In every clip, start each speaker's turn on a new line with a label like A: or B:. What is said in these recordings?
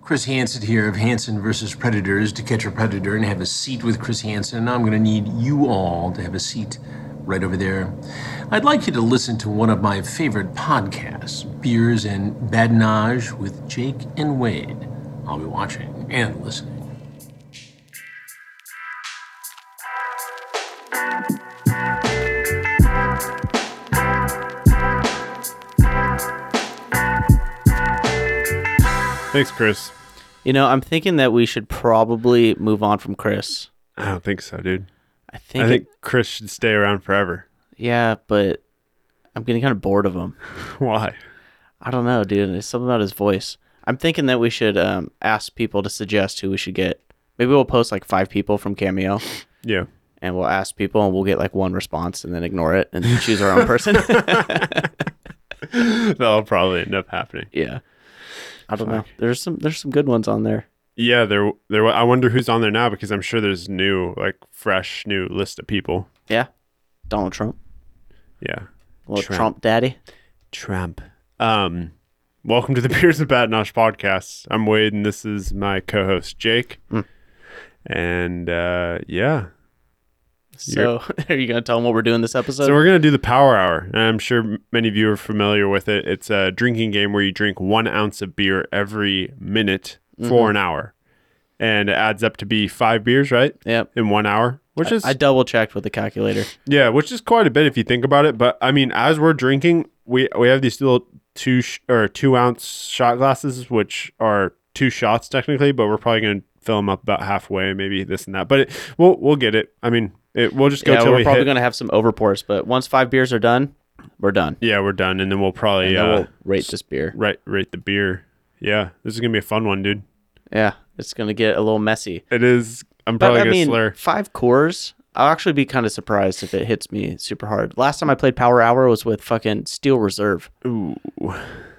A: Chris Hansen here of Hansen versus Predators to catch a predator and have a seat with Chris Hansen. I'm going to need you all to have a seat right over there. I'd like you to listen to one of my favorite podcasts, Beers and Badinage with Jake and Wade. I'll be watching and listening.
B: Thanks, Chris.
C: You know, I'm thinking that we should probably move on from Chris.
B: I don't think so, dude.
C: I think,
B: I
C: it-
B: think Chris should stay around forever.
C: yeah, but I'm getting kind of bored of him.
B: Why?
C: I don't know, dude. It's something about his voice. I'm thinking that we should um, ask people to suggest who we should get. Maybe we'll post like five people from Cameo
B: Yeah.
C: and we'll ask people and we'll get like one response and then ignore it and choose our own person.
B: That'll probably end up happening.
C: yeah. I don't know. There's some there's some good ones on there.
B: Yeah, there there wa- I wonder who's on there now because I'm sure there's new like fresh new list of people.
C: Yeah. Donald Trump.
B: Yeah.
C: Little
B: Trump.
C: Trump, daddy.
B: Trump. Um welcome to the Beers and Badenosh podcast. I'm Wade and this is my co-host Jake. And uh yeah.
C: So are you gonna tell him what we're doing this episode?
B: So we're gonna do the Power Hour, and I'm sure m- many of you are familiar with it. It's a drinking game where you drink one ounce of beer every minute
C: Mm-hmm.
B: for an hour, and it adds up to be five beers, right?
C: yep.
B: In one hour, which is
C: I double checked with the calculator.
B: yeah, which is quite a bit if you think about it. But I mean, as we're drinking, we we have these little two sh- or two ounce shot glasses, which are two shots technically, but we're probably gonna fill them up about halfway, maybe this and that. But it, we'll we'll get it. I mean, it, we'll just go
C: yeah,
B: till
C: we're
B: we
C: probably
B: hit.
C: gonna have some overpours, but once five beers are done, we're done.
B: yeah, we're done, and then we'll probably
C: Yeah.
B: uh,
C: we'll rate this beer.
B: Right, rate the beer. Yeah, this is gonna be a fun one, dude.
C: Yeah, it's gonna get a little messy.
B: It is. I'm
C: But
B: probably
C: I
B: gonna
C: mean,
B: slur.
C: five cores. I'll actually be kind of surprised if it hits me super hard. Last time I played Power Hour was with fucking Steel Reserve.
B: Ooh,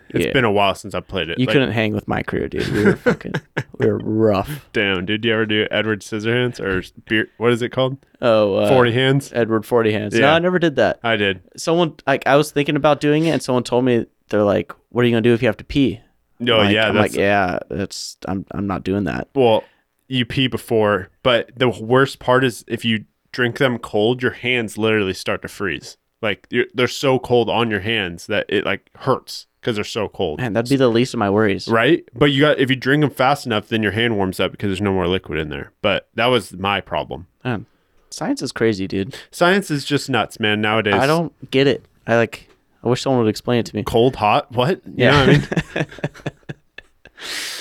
B: it's
C: Yeah.
B: been a while since I played it.
C: You
B: Like,
C: couldn't hang with my crew, dude. We were fucking, we were rough.
B: Damn, dude. Do you ever do Edward Scissorhands or beer? What is it called?
C: Oh, uh,
B: Forty hands.
C: Edward Forty Hands. No,
B: Yeah.
C: I never did that.
B: I did.
C: Someone like I was thinking about doing it, and someone told me they're like, "What are you gonna do if you have to pee?"
B: No,
C: Like,
B: Oh, yeah,
C: I'm
B: that's
C: like, yeah, that's I'm I'm not doing that.
B: well. You pee before, but the worst part is if you drink them cold, your hands literally start to freeze. Like you're, they're so cold on your hands that it like hurts because they're so cold.
C: Man, that'd be the least of my worries.
B: right? But you got if you drink them fast enough, then your hand warms up because there's no more liquid in there. But that was my problem.
C: Man, science is crazy, dude.
B: Science is just nuts, man. Nowadays,
C: I don't get it. I like. I wish someone would explain it to me.
B: cold hot. What? You
C: Yeah.
B: know what I mean?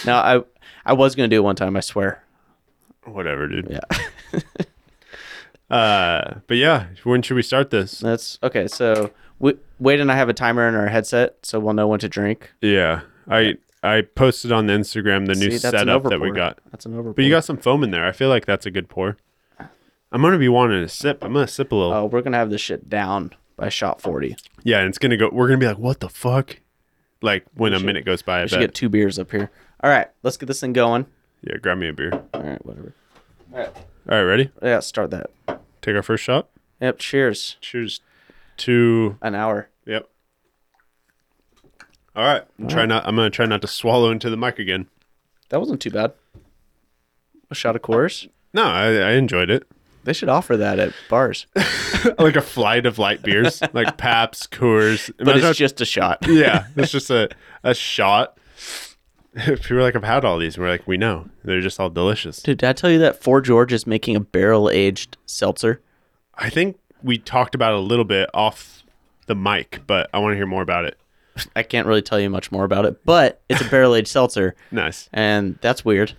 C: No, I I was gonna do it one time. I swear.
B: Whatever, dude.
C: Yeah.
B: Uh, but yeah, when should we start this?
C: That's okay. So we, Wade and I have a timer in our headset, so we'll know when to drink.
B: Yeah, I I posted on the Instagram the new
C: See, that's an
B: setup that we
C: overpour.
B: got.
C: That's an over.
B: But you got some foam in there. I feel like that's a good pour. I'm gonna be wanting to sip. I'm gonna sip a little.
C: Oh, we're gonna have this shit down by shot forty.
B: Yeah, and it's gonna go. We're gonna be like, what the fuck? Like when a minute goes by, I
C: We should
B: bet.
C: get two beers up here. All right, let's get this thing going.
B: yeah, grab me a beer. All
C: All right, whatever.
B: right, ready?
C: Yeah, start that.
B: Take our first shot.
C: Yep. Cheers.
B: Cheers to
C: An hour.
B: yep. All right, I'm try not. I'm gonna try not to swallow into the mic again.
C: That wasn't too bad. A shot of course.
B: No, I, I enjoyed it.
C: They should offer that at bars, but
B: like a flight of light beers, like Paps, Coors. Imagine how-
C: it's just a shot.
B: yeah, it's just a a shot. People are like, I've had all these. And we're like, we know they're just all delicious.
C: Dude, did I tell you that Four George is making a barrel aged seltzer?
B: I think we talked about it a little bit off the mic, but I want to hear more about it.
C: I can't really tell you much more about it, but it's a barrel aged seltzer,
B: Nice.
C: and that's weird.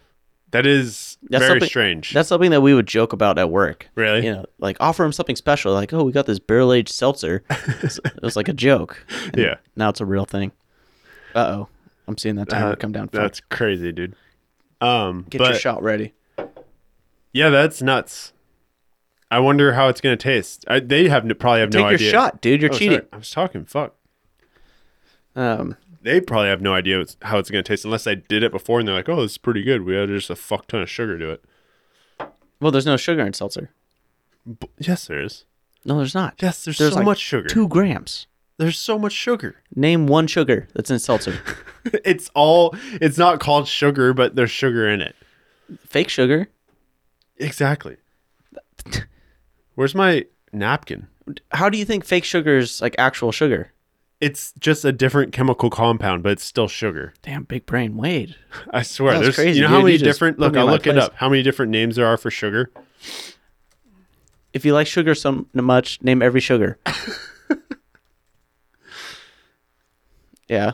B: That is
C: That's
B: very
C: something-
B: strange.
C: That's something that we would joke about at work.
B: Really?
C: You know, like offer them something special, like oh, we got this barrel aged seltzer. It's- it was like a joke. And
B: Yeah.
C: Now it's a real thing. Uh oh, I'm seeing that timer come down.
B: That's crazy, dude. Um,
C: Get
B: but
C: your shot ready.
B: yeah, that's nuts. I wonder how it's gonna taste. I, they have n- probably have
C: Take
B: no
C: your
B: idea.
C: shot, dude. You're
B: Oh, sorry.
C: cheating.
B: I was talking. Fuck.
C: Um,
B: They probably have no idea what's- how it's gonna taste unless they did it before and they're like, "Oh, this is pretty good. We added just a fuck ton of sugar to it."
C: well, there's no sugar in seltzer.
B: B- yes, there is.
C: No, there's not.
B: Yes, there's
C: There's
B: so
C: like
B: much sugar.
C: Two grams.
B: There's so much sugar.
C: Name one sugar that's in seltzer.
B: It's all. It's not called sugar, but there's sugar in it.
C: Fake sugar.
B: Exactly. Where's my napkin?
C: How do you think fake sugar is like actual sugar?
B: It's just a different chemical compound, but it's still sugar.
C: Damn, big brain Wade.
B: I swear.
C: That's
B: There's
C: crazy,
B: you know
C: dude.
B: how
C: You
B: many
C: just
B: different
C: put
B: look.
C: me in
B: I'll
C: my
B: look it
C: place.
B: up. How many different names there are for sugar?
C: If you like sugar so much, name every sugar. yeah.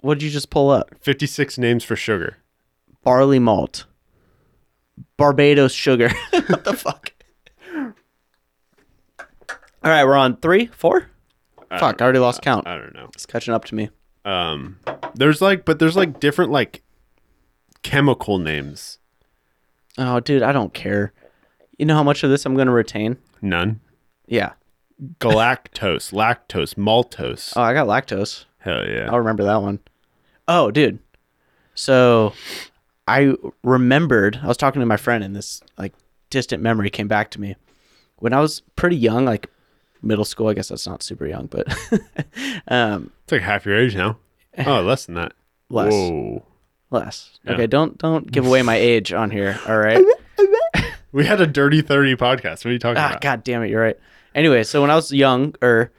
C: What did you just pull up?
B: Fifty six names for sugar.
C: Barley malt. Barbados sugar. what the fuck? All right, we're on three, four. Fuck, I already lost count.
B: I don't know.
C: It's catching up to me.
B: Um, there's like, but there's like different like chemical names.
C: Oh, dude, I don't care. You know how much of this I'm going to retain?
B: None.
C: Yeah.
B: Galactose, lactose, maltose.
C: Oh, I got lactose.
B: Hell yeah.
C: I'll remember that one. Oh, dude. So I remembered I was talking to my friend and this like distant memory came back to me. When I was pretty young, like middle school, I guess that's not super young, but um
B: It's like half your age now. Oh, less than that.
C: less.
B: Whoa.
C: Less.
B: Yeah.
C: Okay, don't don't give away my age on here. All right.
B: We had a dirty thirty podcast. What are you talking
C: ah,
B: about?
C: god damn it, you're right. Anyway, so when I was young, or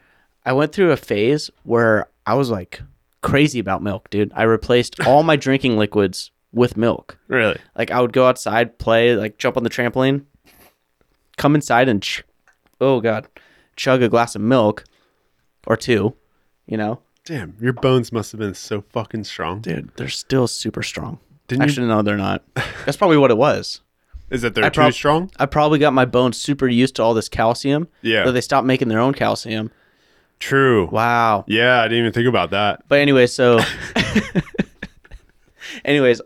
C: I went through a phase where I was like crazy about milk, dude. I replaced all my drinking liquids with milk.
B: Really?
C: Like I would go outside, play, like jump on the trampoline, come inside and ch- oh god, chug a glass of milk or two, you know.
B: Damn, your bones must have been so fucking strong.
C: Dude, they're still super strong.
B: Didn't
C: Actually, no, they're not. That's probably what it was.
B: you? Is that they're
C: I
B: too
C: prob-
B: strong?
C: I probably got my bones super used to all this calcium.
B: Yeah.
C: So they stopped making their own calcium.
B: True.
C: Wow.
B: Yeah, I didn't even think about that.
C: But anyway, so anyways,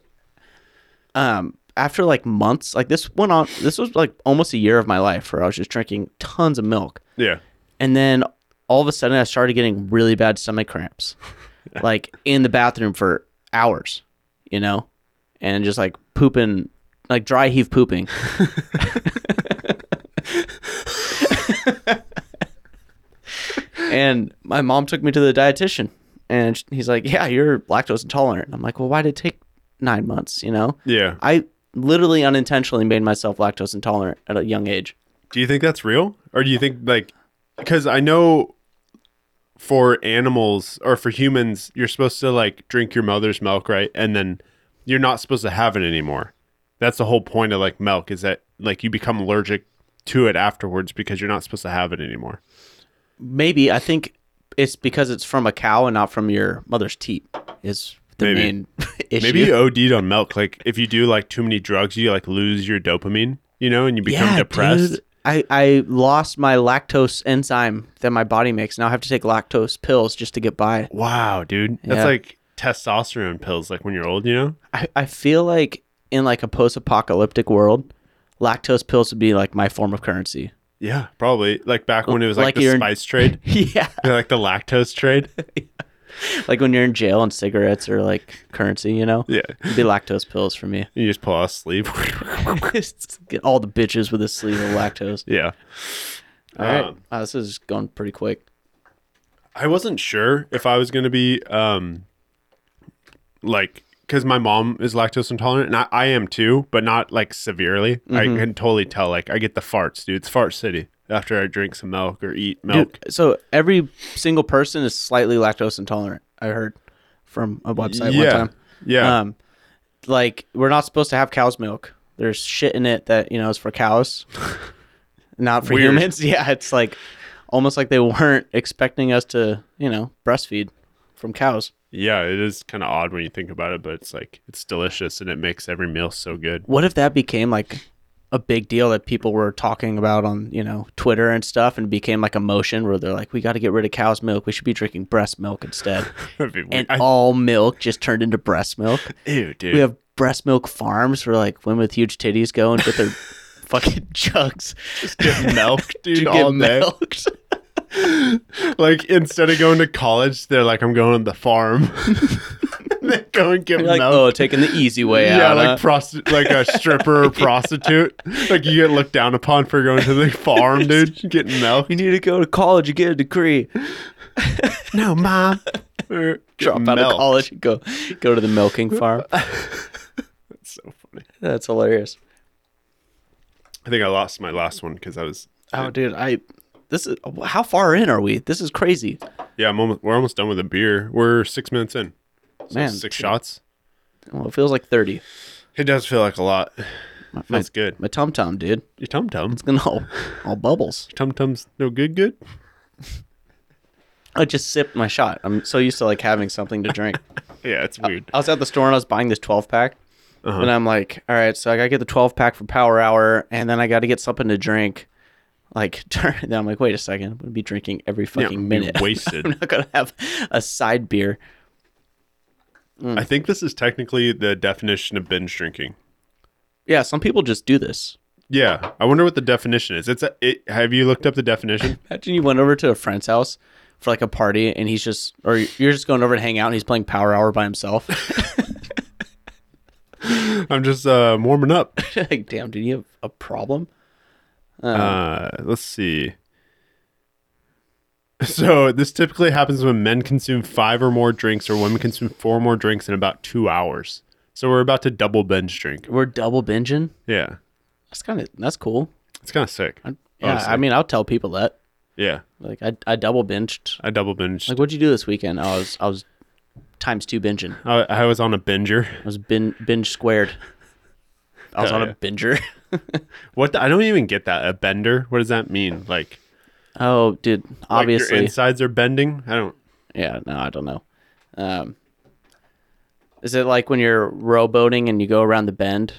C: um after like months, like this went on this was like almost a year of my life where I was just drinking tons of milk.
B: Yeah.
C: And then all of a sudden I started getting really bad stomach cramps. like in the bathroom for hours, you know? And just like pooping like dry heave pooping. and my mom took me to the dietitian and sh- he's like, "Yeah, you're lactose intolerant." I'm like, "Well, why did it take 9 months, you know?"
B: Yeah.
C: I literally unintentionally made myself lactose intolerant at a young age.
B: Do you think that's real? Or do you think like cuz I know for animals or for humans you're supposed to like drink your mother's milk, right? And then you're not supposed to have it anymore. That's the whole point of like milk is that like you become allergic to it afterwards because you're not supposed to have it anymore.
C: Maybe I think it's because it's from a cow and not from your mother's teat is the
B: Maybe.
C: main issue.
B: Maybe uh, you OD'd on milk. Like if you do like too many drugs, you like lose your dopamine, you know, and you become depressed.
C: dude. I, I lost my lactose enzyme that my body makes. Now I have to take lactose pills just to get by.
B: Wow, dude. That's
C: Yeah.
B: like testosterone pills like when you're old, you know?
C: I, I feel like in like a post apocalyptic world, lactose pills would be like my form of currency.
B: Yeah, probably. Like back when it was like,
C: Like
B: the
C: you're-
B: spice trade,
C: yeah.
B: like the lactose trade.
C: Like when you're in jail and cigarettes are like currency, you know?
B: Yeah.
C: It'd be lactose pills for me.
B: You just pull out a sleeve.
C: get all the bitches with a sleeve of lactose.
B: yeah.
C: All right.
B: Um,
C: Wow, this is going pretty quick.
B: I wasn't sure if I was going to be um like cuz my mom is lactose intolerant and I, I am too, but not like severely. I
C: Mm-hmm.
B: can totally tell like I get the farts, dude. It's fart city after I drink some milk or eat milk.
C: Dude, so every single person is slightly lactose intolerant. I heard from a website
B: yeah.
C: one time.
B: Yeah.
C: Um, like we're not supposed to have cow's milk. There's shit in it that you know is for cows, not for
B: Weird.
C: humans. Yeah, it's like almost like they weren't expecting us to you know breastfeed from cows.
B: yeah, it is kind of odd when you think about it, but it's like it's delicious and it makes every meal so good.
C: What if that became like a big deal that people were talking about on you know Twitter and stuff, and became like a motion where they're like, we got to get rid of cow's milk. We should be drinking breast milk instead.
B: I mean, we-
C: and
B: I-
C: all milk just turned into breast milk.
B: ew, dude.
C: We have breast milk farms where like women with huge titties go and get their fucking jugs
B: get milk, dude,
C: to
B: all
C: get
B: day.
C: milked.
B: Like instead of going to college, they're like, I'm going to the farm. they go and get
C: You're like,
B: milk.
C: oh, taking the easy way
B: yeah,
C: out.
B: like
C: huh?
B: prosti- like a stripper or prostitute. Like you get looked down upon for going to the farm, dude. Getting milk.
C: you need to go to college and get a degree.
B: no, mom. Or
C: Drop out
B: milk.
C: of college and go go to the milking farm.
B: That's so funny.
C: That's hilarious.
B: I think I lost my last one because I was.
C: Oh, dude, I this is how far in are we? This is crazy,
B: Yeah, I'm almost, we're almost done with the beer. We're six minutes in. So
C: man.
B: six shots.
C: Well, it feels like thirty.
B: It does feel like a lot.
C: My, my,
B: Feels good.
C: my tum tum, dude,
B: Your tum tum.
C: it's gonna all, all bubbles.
B: Tum tum's no good. Good.
C: I just sipped my shot. I'm so used to like having something to drink.
B: Yeah, it's weird.
C: I was at the store and I was buying this 12 pack. And I'm like, all right, so I got to get the 12 pack for Power Hour. And then I got to get something to drink. Like, turn, then I'm like, wait a second. I'm going to be drinking every
B: Yeah,
C: fucking
B: we
C: minute.
B: wasted.
C: I'm not going to have a side beer. Hmm.
B: I think this is technically the definition of binge drinking.
C: Yeah, some people just do this.
B: Yeah, I wonder what the definition is. It's a, it. Have you looked up the definition?
C: Imagine you went over to a friend's house for like a party and he's just, or you're just going over to hang out and he's playing Power Hour by himself.
B: I'm just uh, warming up.
C: like, damn, dude, you have a problem? Uh-huh.
B: Uh, let's see. So this typically happens when men consume five or more drinks, or women consume four or more drinks in about two hours. So we're about to double binge drink.
C: We're double binging.
B: Yeah,
C: That's kind of, that's cool.
B: it's kind of sick.
C: Yeah, I
B: Honestly.
C: mean, I'll tell people that.
B: yeah,
C: Like, I, I double binged
B: I double binged.
C: Like, what'd you do this weekend? I was, I was times two binging.
B: I, I was on a binger.
C: I was bin, binge squared. I was
B: Hell
C: on
B: yeah.
C: a binger.
B: What the, I don't even get that a bender. What does that mean? Like
C: oh, dude,
B: like
C: obviously,
B: your insides are bending. I don't.
C: yeah. No, I don't know. Um, is it like when you're rowboating and you go around the bend?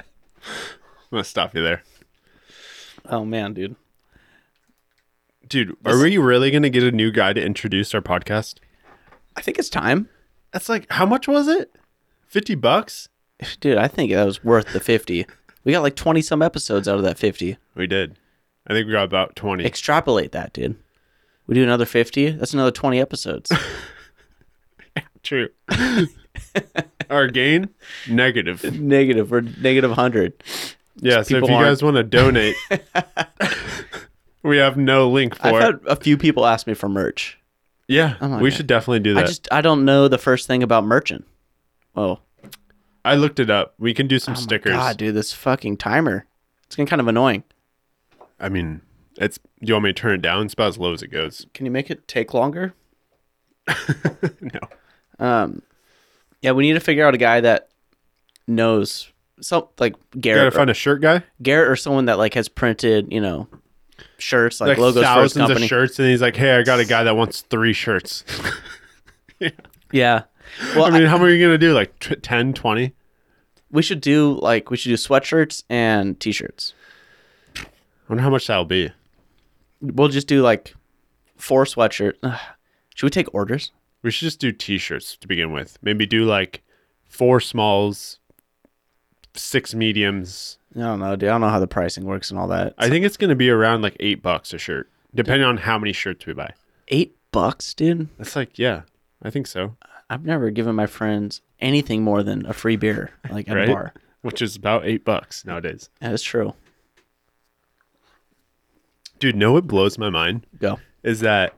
B: I'm gonna stop you there,
C: Oh man, dude.
B: dude. Are we really gonna get a new guy to introduce our podcast?
C: I think it's time,
B: That's like how much was it? Fifty bucks.
C: dude. I think that was worth the fifty. We got like twenty some episodes out of that fifty.
B: We did. I think we got about twenty.
C: Extrapolate that, dude. We do another fifty. That's another twenty episodes.
B: True. Our gain negative.
C: negative or negative hundred.
B: Yeah. So if
C: people
B: you
C: aren't-
B: guys want to donate, we have no link for
C: I've
B: it.
C: had a few people ask me for merch.
B: yeah,
C: Oh my
B: we
C: God.
B: should definitely do that.
C: I
B: I,
C: just I don't know the first thing about merchant. Oh,
B: looked it up. We can do some
C: oh my
B: stickers.
C: God, dude, this fucking timer. It's getting kind of annoying.
B: I mean, it's. Do you want me to turn it down? It's about as low as it goes.
C: Can you make it take longer?
B: no.
C: Um, yeah, we need to figure out a guy that knows some like
B: Gotta
C: Garrett, or,
B: find a shirt guy.
C: Garrett, or someone that like has printed you know shirts like,
B: Like
C: logos for his
B: thousands of
C: company.
B: shirts, and he's like, "Hey, I got a guy that wants three shirts."
C: Yeah. Well,
B: I mean, how many are you gonna do? Like t- 10, 20?
C: we should do like we should do sweatshirts and t-shirts.
B: I wonder how much that'll be.
C: We'll just do like four sweatshirts. Ugh. Should we take orders?
B: We should just do t-shirts to begin with. Maybe do like four smalls, six mediums.
C: I don't know, dude. I don't know how the pricing works and all that.
B: I think it's going to be around like 8 bucks a shirt, depending on how many shirts we buy.
C: Eight bucks, dude.
B: That's like, yeah, I think so.
C: I've never given my friends anything more than a free beer, like at
B: Right?
C: a bar.
B: Which is about 8 bucks nowadays.
C: That is true.
B: Dude, know what blows my mind
C: Go.
B: is that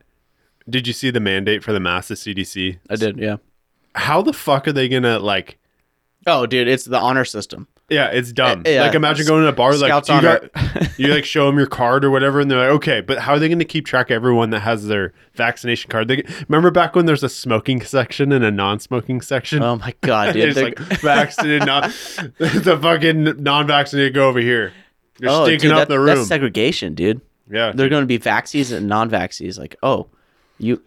B: did you see the mandate for the mass of CDC?
C: I did, yeah.
B: How the fuck are they going to like
C: Oh, dude, it's the honor system.
B: Yeah, it's dumb.
C: Eh, yeah.
B: Like imagine going to a bar like
C: Scouts
B: do you,
C: honor.
B: got- you like show them your card or whatever, and they're like, okay, but how are they going to keep track of everyone that has their vaccination card? They remember back when there's a smoking section and a non-smoking section.
C: Oh my god,
B: They're
C: dude.
B: just
C: They're-
B: like vaccinated, not the fucking non-vaccinated go over here. You're
C: oh,
B: stinking
C: dude,
B: up
C: that-
B: the room.
C: That's segregation, dude.
B: yeah,
C: They're going to be vaxies and non-vaxies. Like, oh, you,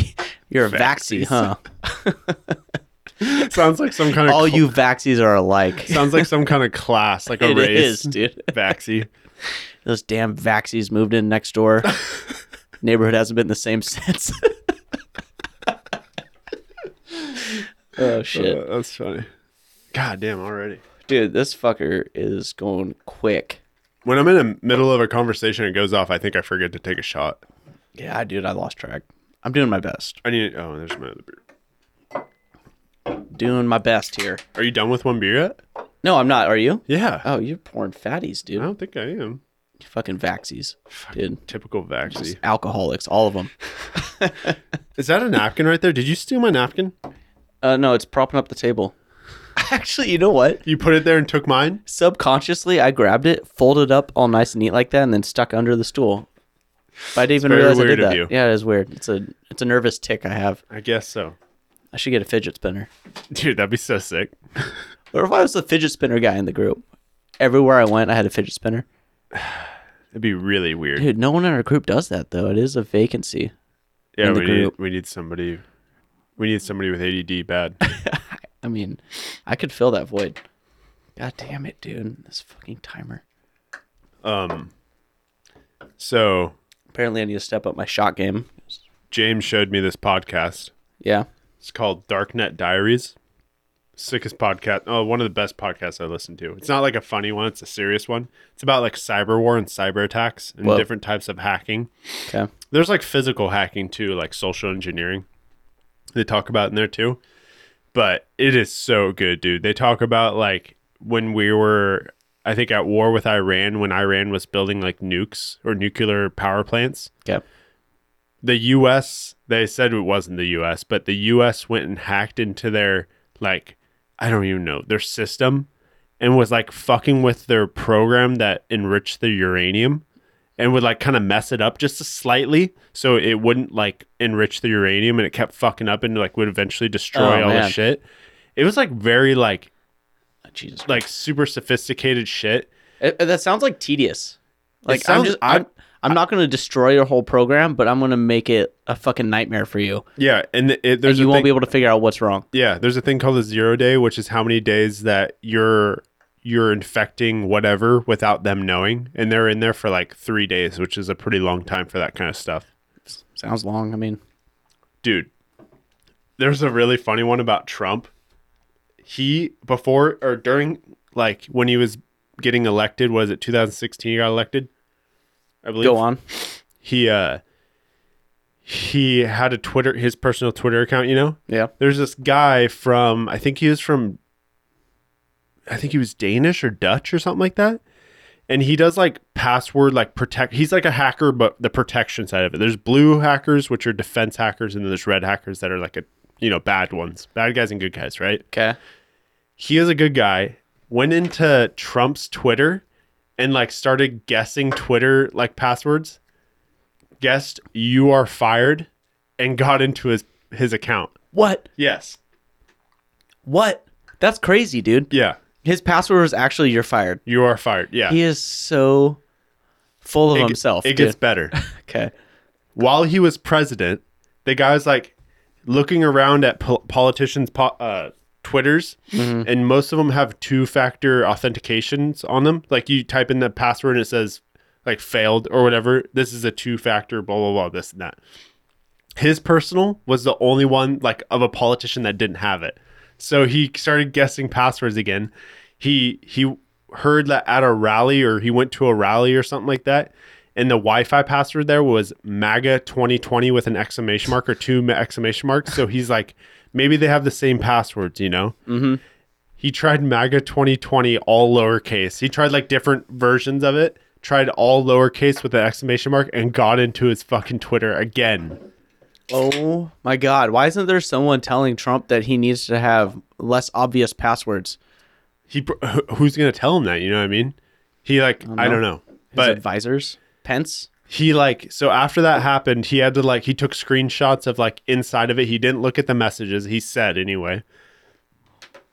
C: you're a vaxie,
B: Vaxies.
C: huh?
B: sounds like some kind of
C: All
B: cl-
C: you vaxies are alike.
B: sounds like some kind of class, like a
C: It is,
B: race.
C: dude.
B: Vaxie.
C: Those damn vaxies moved in next door. Neighborhood hasn't been the same since. oh shit.
B: Uh, that's funny. God damn already.
C: Dude, this fucker is going quick.
B: When I'm in the middle of a conversation and it goes off, I think I forget to take a shot.
C: Yeah, dude, I lost track. I'm doing my best.
B: I need. Oh, there's my other beer.
C: Doing my best here.
B: Are you done with one beer yet?
C: No, I'm not. Are you?
B: Yeah.
C: Oh, you're pouring fatties, dude.
B: I don't think I am.
C: Fucking vaxies, dude.
B: Typical Vaxie.
C: Just alcoholics, all of them.
B: Is that a napkin right there? Did you steal my napkin?
C: Uh, no, it's propping up the table. Actually, you know what?
B: You put it there and took mine?
C: Subconsciously, I grabbed it, folded up all nice and neat like that, and then stuck under the stool. But I didn't even
B: very
C: realize I
B: weird
C: did
B: of
C: that.
B: you.
C: Yeah, it is weird. It's a it's a nervous tick I have.
B: I guess so.
C: I should get a fidget spinner.
B: Dude, that'd be so sick.
C: Or if I was the fidget spinner guy in the group, everywhere I went, I had a fidget spinner.
B: It'd be really weird.
C: Dude, no one in our group does that though. It is a vacancy.
B: yeah,
C: in the
B: we
C: group.
B: need we need somebody we need somebody with ADD bad.
C: I mean, I could fill that void. God damn it, dude! This fucking timer.
B: Um so
C: Apparently, I need to step up my shot game.
B: James showed me this podcast.
C: Yeah.
B: It's called Darknet Diaries. Sickest podcast. Oh, one of the best podcasts I listen to. It's not like a funny one, it's a serious one. It's about like cyber war and cyber attacks and
C: Whoa.
B: different types of hacking.
C: Okay.
B: There's like physical hacking too, like social engineering. They talk about in there too. But it is so good, dude. They talk about like when we were I think at war with Iran when Iran was building like nukes or nuclear power plants
C: Okay.
B: the US they said it wasn't the US, but the US went and hacked into their like I don't even know, their system and was like fucking with their program that enriched the uranium and would like kind of mess it up just slightly so it wouldn't like enrich the uranium and it kept fucking up and like would eventually destroy
C: Oh,
B: all the
C: man.
B: shit. It was like very like
C: Oh, Jesus.
B: like super sophisticated shit.
C: It, Uh, that sounds like tedious. Like I'm
B: sounds-
C: just
B: I-
C: I'm, I'm not going to destroy your whole program, but I'm going to make it a fucking nightmare for you.
B: Yeah, and the, it,
C: And
B: there's
C: you
B: a
C: won't
B: thing-
C: be able to figure out what's wrong.
B: Yeah, there's a thing called the zero day, which is how many days that you're you're infecting whatever without them knowing, and they're in there for like three days, which is a pretty long time for that kind of stuff,
C: Sounds long. I mean,
B: dude. There's a really funny one about Trump. He before or during like when he was getting elected, was it 2016? He got elected, I believe.
C: go on.
B: He uh he had a Twitter his personal Twitter account, you know,
C: Yeah.
B: there's this guy from I think he was from I think he was Danish or Dutch or something like that. And he does like password like protect he's like a hacker but the protection side of it. There's blue hackers which are defense hackers and then there's red hackers that are like a you know bad ones. Bad guys and good guys, right?
C: Okay.
B: he is a good guy went into trump's twitter and like started guessing twitter like passwords guessed you are fired and got into his his account
C: What?
B: yes
C: What? That's crazy, dude.
B: yeah
C: His password was actually "you're fired."
B: you are fired yeah
C: He is so full of
B: It-
C: himself.
B: it
C: dude.
B: gets better
C: okay.
B: while he was president, the guy was like looking around at pol- politicians' po- uh, Twitters,
C: Mm-hmm.
B: and most of them have two factor authentications on them. Like you type in the password and it says like failed or whatever. This is a two factor, blah, blah, blah, this and that. His personal was the only one like of a politician that didn't have it. So he started guessing passwords again. He he heard that at a rally or he went to a rally or something like that. And the Wi-Fi password there was MAGA 2020 with an exclamation mark or two ma- exclamation marks. So he's like, maybe they have the same passwords, you know? Mm-hmm. He tried MAGA 2020 all lowercase. He tried like different versions of it. Tried all lowercase with an exclamation mark and got into his fucking Twitter again.
C: Oh my God! Why isn't there someone telling Trump that he needs to have less obvious passwords?
B: He pr- who- who's gonna tell him that? You know what I mean? He like I don't know,
C: His
B: but
C: advisors, Pence.
B: he like so after that happened he had to like he took screenshots of like inside of it he didn't look at the messages he said anyway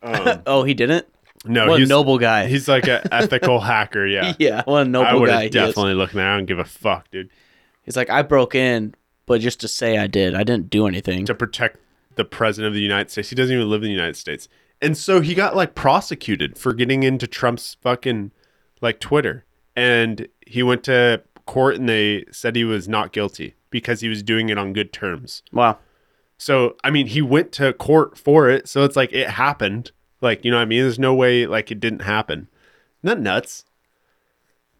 C: Oh, he didn't.
B: no
C: What a
B: he's
C: noble guy.
B: he's like an ethical hacker yeah,
C: Yeah, what a
B: i
C: noble
B: would
C: guy.
B: have
C: He is.
B: definitely looked there i don't give a fuck dude
C: He's like, I broke in, but just to say I did, I didn't do anything.
B: to protect the president of the united states he doesn't even live in the united states and so he got like prosecuted for getting into trump's fucking like twitter and he went to court and they said he was not guilty because he was doing it on good terms
C: Wow.
B: So I mean, he went to court for it. So it's like it happened. Like you know, what I mean, there's no way like it didn't happen. Isn't that nuts?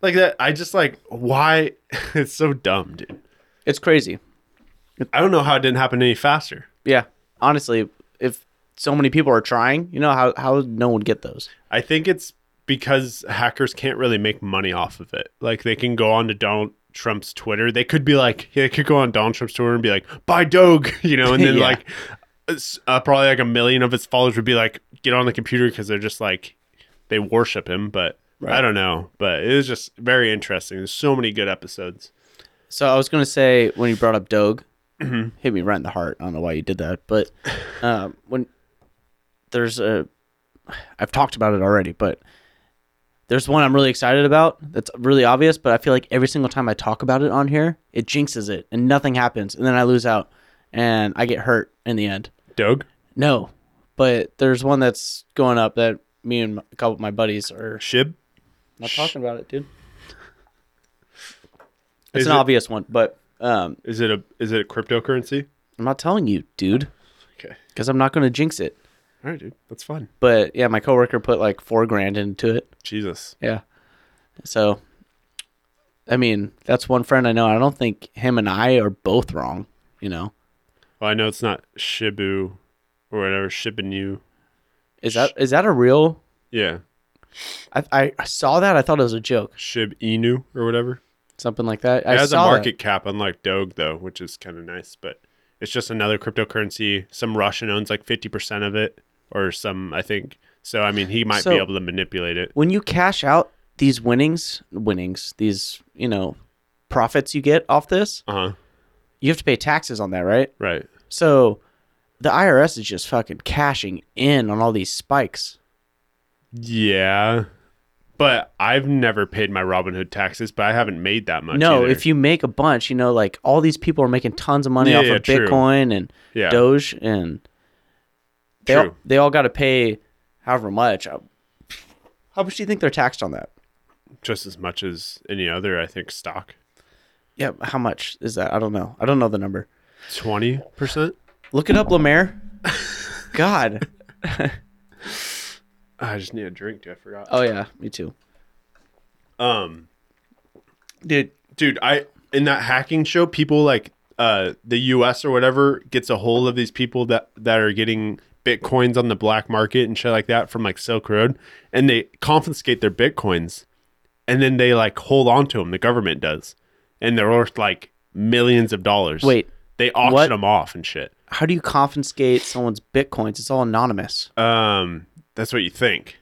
B: Like that, I just like why it's so dumb, dude.
C: It's crazy.
B: I don't know how it didn't happen any faster.
C: Yeah. Honestly, if so many people are trying, you know how how would no one get those?
B: I think it's because hackers can't really make money off of it. Like they can go on to Donald Trump's Twitter. They could be like, they could go on Donald Trump's Twitter and be like, buy Doge, you know, and then
C: Yeah.
B: like s- uh, probably like a million of his followers would be like, get on the computer because they're just like, they worship him. But I don't know. But it was just very interesting. There's so many good episodes.
C: So I was gonna say when you brought up Doge,
B: Mm-hmm.
C: hit me right in the heart. I don't know why you did that, but um, when there's a, I've talked about it already, but there's one I'm really excited about. That's really obvious, but I feel like every single time I talk about it on here, it jinxes it, and nothing happens, and then I lose out, and I get hurt in the end.
B: Doge?
C: No, but there's one that's going up that me and a couple of my buddies are
B: Shib?
C: not talking about it, dude. It's
B: Is
C: an
B: it-
C: obvious one, but um,
B: Is it a is it a cryptocurrency?
C: I'm not telling you, dude,
B: Okay.
C: because I'm not going to jinx it.
B: All right, dude. That's fun.
C: But yeah, my coworker put like four grand into it.
B: Jesus.
C: Yeah. So, I mean, that's one friend I know. I don't think him and I are both wrong, you know?
B: Well, I know it's not Shibu or whatever, Shibinu.
C: Is that is that a real?
B: Yeah.
C: I, I saw that. I thought it was a joke,
B: Shib Inu or whatever.
C: something like that.
B: It
C: I
B: has a
C: saw that.
B: market cap, unlike Doge, though, which is kind of nice. But it's just another cryptocurrency. Some Russian owns like 50% of it, or some, I think. So, I mean, he might
C: So-
B: be able to manipulate it.
C: when you cash out these winnings, winnings, these you know, profits you get off this,
B: Uh huh.
C: you have to pay taxes on that, right?
B: Right.
C: So the IRS is just fucking cashing in on all these spikes.
B: Yeah. But I've never paid my Robinhood taxes, but I haven't made that much.
C: no,
B: either.
C: if you make a bunch, you know, like all these people are making tons of money
B: Yeah,
C: off
B: yeah,
C: of
B: true.
C: Bitcoin and
B: Yeah.
C: Doge, and they all,
B: True.
C: they all got to pay however much. I- How much do you think they're taxed on that?
B: Just as much as any other, I think, stock.
C: Yeah, how much is that? I don't know. I don't know the number.
B: 20%?
C: Look it up, Lemaire. God.
B: I just need a drink, dude. I forgot.
C: Oh yeah, me too.
B: Um,
C: Dude,
B: dude i in that hacking show people like uh the us or whatever gets a hold of these people that that are getting bitcoins on the black market and shit like that from like silk road and they confiscate their bitcoins and then they like hold on to them the government does and they're worth like millions of dollars
C: Wait,
B: they auction
C: what?
B: them off and shit
C: how do you confiscate someone's bitcoins? It's all anonymous.
B: um that's what you think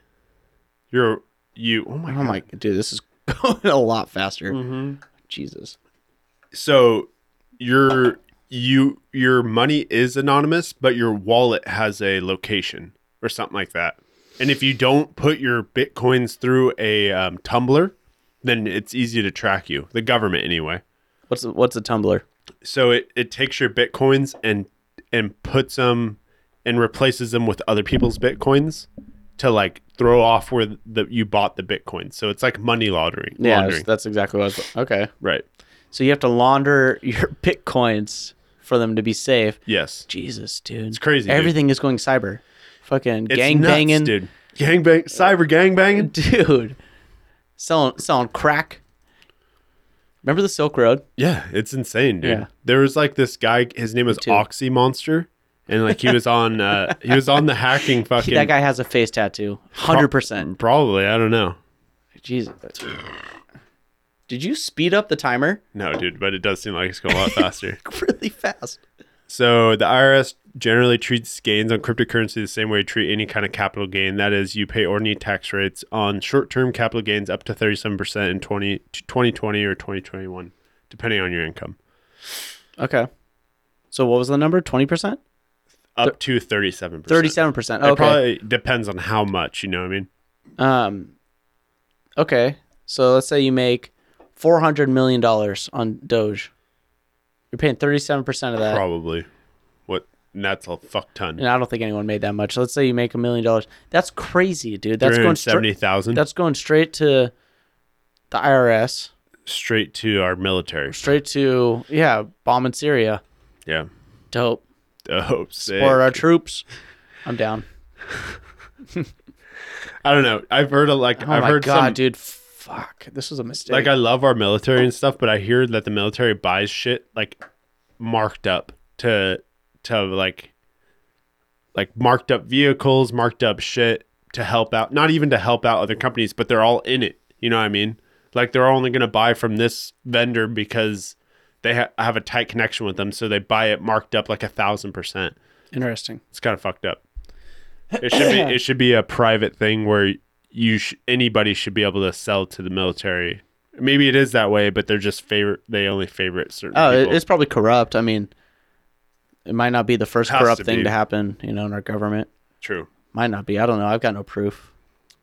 B: you're you oh my
C: Oh my dude, this is going a lot faster.
B: Mm-hmm.
C: Jesus.
B: so your you your money is anonymous but your wallet has a location or something like that and if you don't put your bitcoins through a um, tumbler then it's easy to track you the government anyway
C: What's a, what's a Tumblr?
B: so it, it takes your bitcoins and and puts them and replaces them with other people's bitcoins to like throw off where the you bought the bitcoin so it's like money laundering
C: Yeah,
B: laundering.
C: that's, that's exactly what I was. Okay.
B: right
C: So you have to launder your bitcoins for them to be safe.
B: yes
C: Jesus, dude. It's
B: crazy, dude.
C: Everything is going cyber. Fucking
B: It's
C: gang
B: nuts,
C: banging. Dude.
B: dude gang bang cyber gang banging
C: Selling selling crack. Remember the Silk Road?
B: Yeah, it's insane, dude.
C: Yeah.
B: There was like this guy. His name was
C: too.
B: Oxy Monster, and like he was on uh he was on the hacking fucking.
C: that guy has a face tattoo. 100%.
B: Probably, I don't know.
C: Jesus. Did you speed up the timer
B: No, dude, but it does seem like it's going a lot faster.
C: really fast?
B: So the IRS generally treats gains on cryptocurrency the same way you treat any kind of capital gain. That is, you pay ordinary tax rates on short-term capital gains up to 37% in 20, 2020 or 2021, depending on your income.
C: Okay. So what was the number? 20%?
B: Up to 37%.
C: 37%.
B: It
C: Okay.
B: probably depends on how much, you know what I mean?
C: Um, okay, so let's say you make four hundred million dollars on Doge. You're paying thirty-seven percent of that,
B: Probably. What? And that's a fuck ton.
C: and I don't think anyone made that much. Let's say you make a million dollars. That's crazy, dude. That's going
B: seventy
C: straight.
B: thousand.
C: That's going straight to the IRS,
B: straight to our military.
C: straight to yeah, bombing Syria.
B: Yeah.
C: Dope.
B: Oh,
C: Or
B: sick.
C: our troops. I'm down.
B: I don't know. I've heard a, like
C: Oh
B: I've
C: my
B: heard
C: god,
B: some.
C: dude. Fuck. This was a mistake.
B: Like I love our military and stuff, but I hear that the military buys shit like marked up to to like like marked up vehicles, marked up shit to help out, not even to help out other companies, but they're all in it. You know what I mean? Like they're only going to buy from this vendor because they ha- have a tight connection with them, so they buy it marked up like a thousand percent.
C: Interesting.
B: It's kind of fucked up. It should be it should be a private thing where you sh- anybody should be able to sell to the military. Maybe it is that way, but they're just favorite. They only favorite certain.
C: Oh, it,
B: people.
C: it's probably corrupt. I mean, it might not be the first
B: Has
C: corrupt
B: to
C: thing
B: be.
C: to happen, you know, in our government.
B: true.
C: Might not be. I don't know. I've got no proof.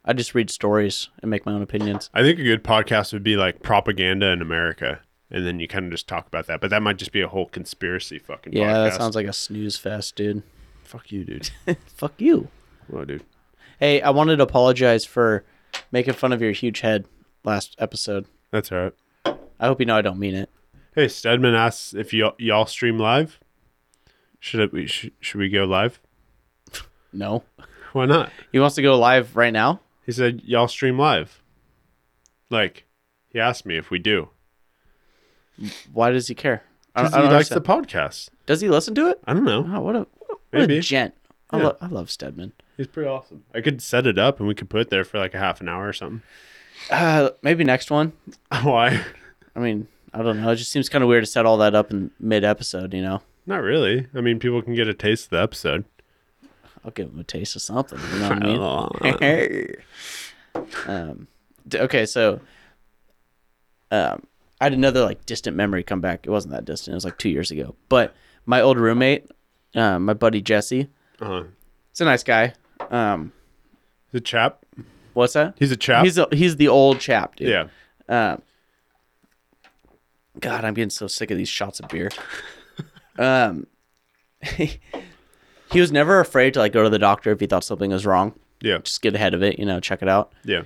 C: I just read stories and make my own opinions.
B: I think a good podcast would be like propaganda in America, and then you kind of just talk about that. But that might just be a whole conspiracy fucking.
C: Yeah,
B: podcast.
C: that sounds like a snooze fest, dude.
B: Fuck you, dude.
C: Fuck you.
B: Whoa, dude.
C: Hey, I wanted to apologize for making fun of your huge head last episode.
B: That's all right.
C: I hope you know I don't mean it.
B: Hey, Stedman asks if y'all, y'all stream live. Should it, we sh- should we go live?
C: No.
B: Why not?
C: He wants to go live right now?
B: He said y'all stream live. Like, he asked me if we do.
C: Why does he Oh. care? I,
B: Because
C: don't-
B: he
C: I don't
B: likes the
C: understand.
B: podcast.
C: Does he listen to it?
B: I don't know.
C: Wow, what a, what a
B: Maybe.
C: gent. I,
B: Yeah.
C: lo- I love Stedman.
B: He's pretty awesome. I could set it up and we could put it there for like a half an hour or something.
C: Uh, maybe next one.
B: Why?
C: I mean, I don't know. It just seems kind of weird to set all that up in mid episode, you know?
B: Not really. I mean, people can get a taste of the episode.
C: I'll give him a taste of something. You know what I mean?
B: Uh,
C: um, d- okay, so um, I had another like distant memory come back. It wasn't that distant. It was like two years ago. But my old roommate, uh, my buddy Jesse,
B: Uh-huh.
C: he's a nice guy. Um,
B: He's a chap.
C: what's that?
B: He's a chap.
C: He's a, he's the old chap, dude.
B: yeah.
C: Um, God, I'm getting so sick of these shots of beer. Um, he was never afraid to like go to the doctor if he thought something was wrong.
B: Yeah.
C: Just get ahead of it, you know, check it out.
B: Yeah.